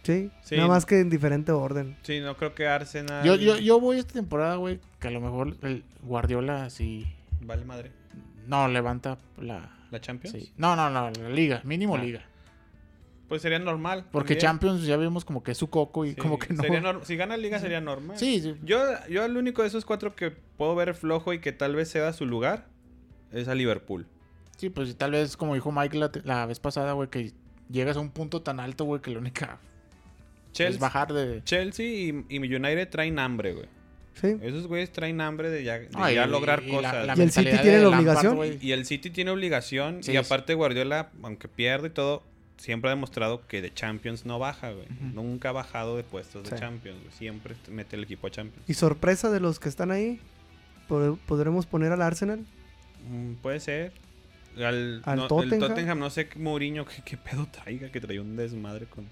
Speaker 1: Sí,
Speaker 2: Sí.
Speaker 1: nada más que en diferente orden.
Speaker 2: Sí, no creo que Arsenal.
Speaker 3: Yo, yo, yo voy esta temporada, güey, que a lo mejor el Guardiola sí.
Speaker 2: Vale madre.
Speaker 3: No, levanta la.
Speaker 2: ¿La Champions?
Speaker 3: sí. No, no, no, la liga, mínimo
Speaker 2: Ah.
Speaker 3: liga.
Speaker 2: Pues sería normal.
Speaker 3: Porque
Speaker 2: también.
Speaker 3: Champions ya vimos como que es su coco y
Speaker 2: Sí,
Speaker 3: como que no.
Speaker 2: sería norm- si gana Liga sería normal.
Speaker 3: Sí, sí.
Speaker 2: Yo, yo el único de esos cuatro que puedo ver flojo y que tal vez sea su lugar es a Liverpool.
Speaker 3: Sí, pues y tal vez como dijo Mike la, te- la vez pasada, güey, que llegas a un punto tan alto, güey, que la única es
Speaker 2: Chelsea,
Speaker 3: bajar de...
Speaker 2: Chelsea y, y United traen hambre, güey.
Speaker 1: Sí.
Speaker 2: Esos güeyes traen hambre de ya, de
Speaker 3: No, y-
Speaker 2: ya lograr
Speaker 3: y la-
Speaker 2: cosas.
Speaker 3: la
Speaker 1: Y el City
Speaker 3: mentalidad
Speaker 1: tiene
Speaker 3: de
Speaker 1: la
Speaker 3: Lampard,
Speaker 1: obligación.
Speaker 3: güey.
Speaker 2: Y el City tiene obligación.
Speaker 3: Sí,
Speaker 2: y
Speaker 3: sí.
Speaker 2: aparte Guardiola, aunque pierde y todo, siempre ha demostrado que de Champions no baja, güey. Nunca ha bajado de puestos de
Speaker 1: Sí.
Speaker 2: Champions, güey. Siempre mete el equipo a Champions.
Speaker 1: Y sorpresa de los que están ahí, pod- podremos poner al Arsenal.
Speaker 2: Mm, puede ser. Al,
Speaker 1: ¿Al
Speaker 2: no, el
Speaker 1: Tottenham?
Speaker 2: Tottenham, no sé qué Mourinho, qué, qué pedo traiga, que traía un desmadre con...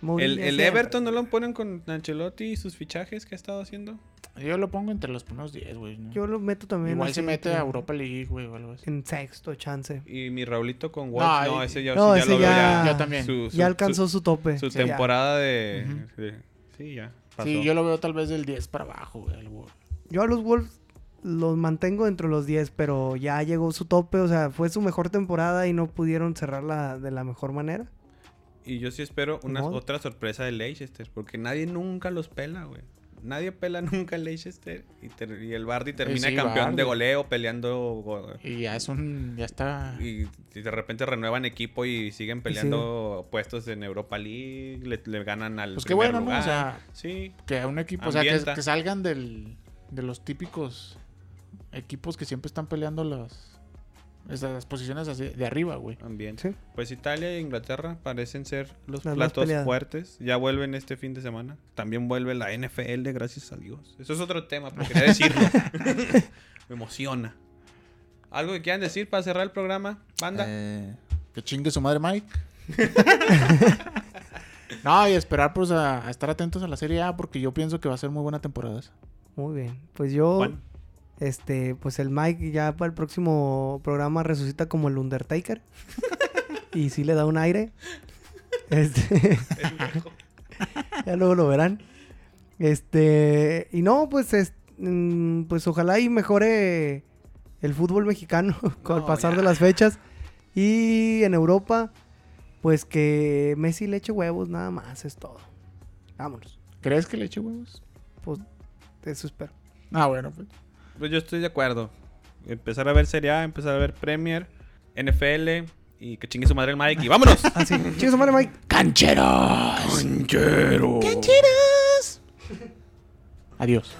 Speaker 1: Mourinho
Speaker 2: El, el
Speaker 1: siempre.
Speaker 2: Everton no lo ponen con Ancelotti y sus fichajes que ha estado haciendo.
Speaker 3: Yo lo pongo entre los primeros 10, güey. ¿no?
Speaker 1: Yo lo meto también.
Speaker 3: Igual
Speaker 1: así
Speaker 3: se mete
Speaker 1: entre-
Speaker 3: a Europa League, güey, o algo así.
Speaker 1: En sexto, chance.
Speaker 2: Y mi Raulito con Wolves, no,
Speaker 3: y-
Speaker 2: ese ya,
Speaker 1: no,
Speaker 2: sí, ya
Speaker 1: ese
Speaker 2: lo veo
Speaker 1: ya-
Speaker 2: ya.
Speaker 3: Yo también.
Speaker 2: su- su-
Speaker 1: ya alcanzó su, tope.
Speaker 2: su, su
Speaker 1: Sí, ya.
Speaker 2: temporada de, de- Sí, ya. Pasó.
Speaker 3: Sí, yo lo veo tal vez del 10 para abajo, güey. algo.
Speaker 1: Yo a los Wolves los mantengo entre los 10, pero ya llegó su tope. O sea, fue su mejor temporada y no pudieron cerrarla de la mejor manera.
Speaker 2: Y yo sí espero una,
Speaker 1: modo.
Speaker 2: otra sorpresa de Leicester, porque nadie nunca los pela, güey. Nadie pela <laughs> nunca a Leicester y, ter- y el Bardi termina
Speaker 3: Eh, sí,
Speaker 2: campeón
Speaker 3: Vardy.
Speaker 2: de goleo peleando go-
Speaker 3: Y ya es un... Ya está...
Speaker 2: y y de repente renuevan equipo y siguen peleando puestos en Europa League, le, le ganan al
Speaker 3: Pues qué
Speaker 2: primer
Speaker 3: bueno, ¿no? O
Speaker 2: lugar.
Speaker 3: sea,
Speaker 2: sí,
Speaker 3: Que a un equipo... O sea, que,
Speaker 2: Ambienta.
Speaker 3: que salgan del, de los típicos equipos que siempre están peleando las... esas- las posiciones así de arriba, güey.
Speaker 2: ambiente.
Speaker 1: Sí.
Speaker 2: Pues Italia e Inglaterra parecen ser los
Speaker 1: Las más
Speaker 2: platos
Speaker 1: peleadas.
Speaker 2: fuertes. Ya vuelven este fin de semana. También vuelve la NFL, gracias a Dios. Eso es otro tema, pero quería
Speaker 1: <laughs>
Speaker 2: decirlo. Me emociona. ¿Algo que quieran decir para cerrar el programa? Banda.
Speaker 3: Eh, que chingue su madre Mike. <laughs> no, y esperar pues a, a estar atentos a la Serie A porque yo pienso que va a ser muy buena temporada. esa.
Speaker 1: Muy bien. Pues yo,
Speaker 2: Juan.
Speaker 1: este, pues el Mike ya para el próximo programa resucita como el
Speaker 2: <laughs>
Speaker 1: Undertaker. y sí le da un aire.
Speaker 2: <laughs>
Speaker 1: Este. ya luego lo verán. Este, y no, pues, es- mm, pues ojalá y mejore el fútbol mexicano <laughs> con el
Speaker 2: No,
Speaker 1: pasar
Speaker 2: ya.
Speaker 1: de las fechas. Y en Europa, pues que Messi le eche huevos, nada más, es todo. Vámonos.
Speaker 3: ¿Crees que le eche huevos?
Speaker 1: Pues eso
Speaker 2: <laughs>
Speaker 1: espero.
Speaker 3: Ah, bueno, pues.
Speaker 2: Pues yo estoy de acuerdo. Empezar a ver Serie A, empezar a ver Premier, NFL y que chingue su madre el Mike y vámonos.
Speaker 1: Así. Chicos, madre Mike.
Speaker 3: ¡Cancheros! ¡Cancheros! ¡Cancheros! Adiós.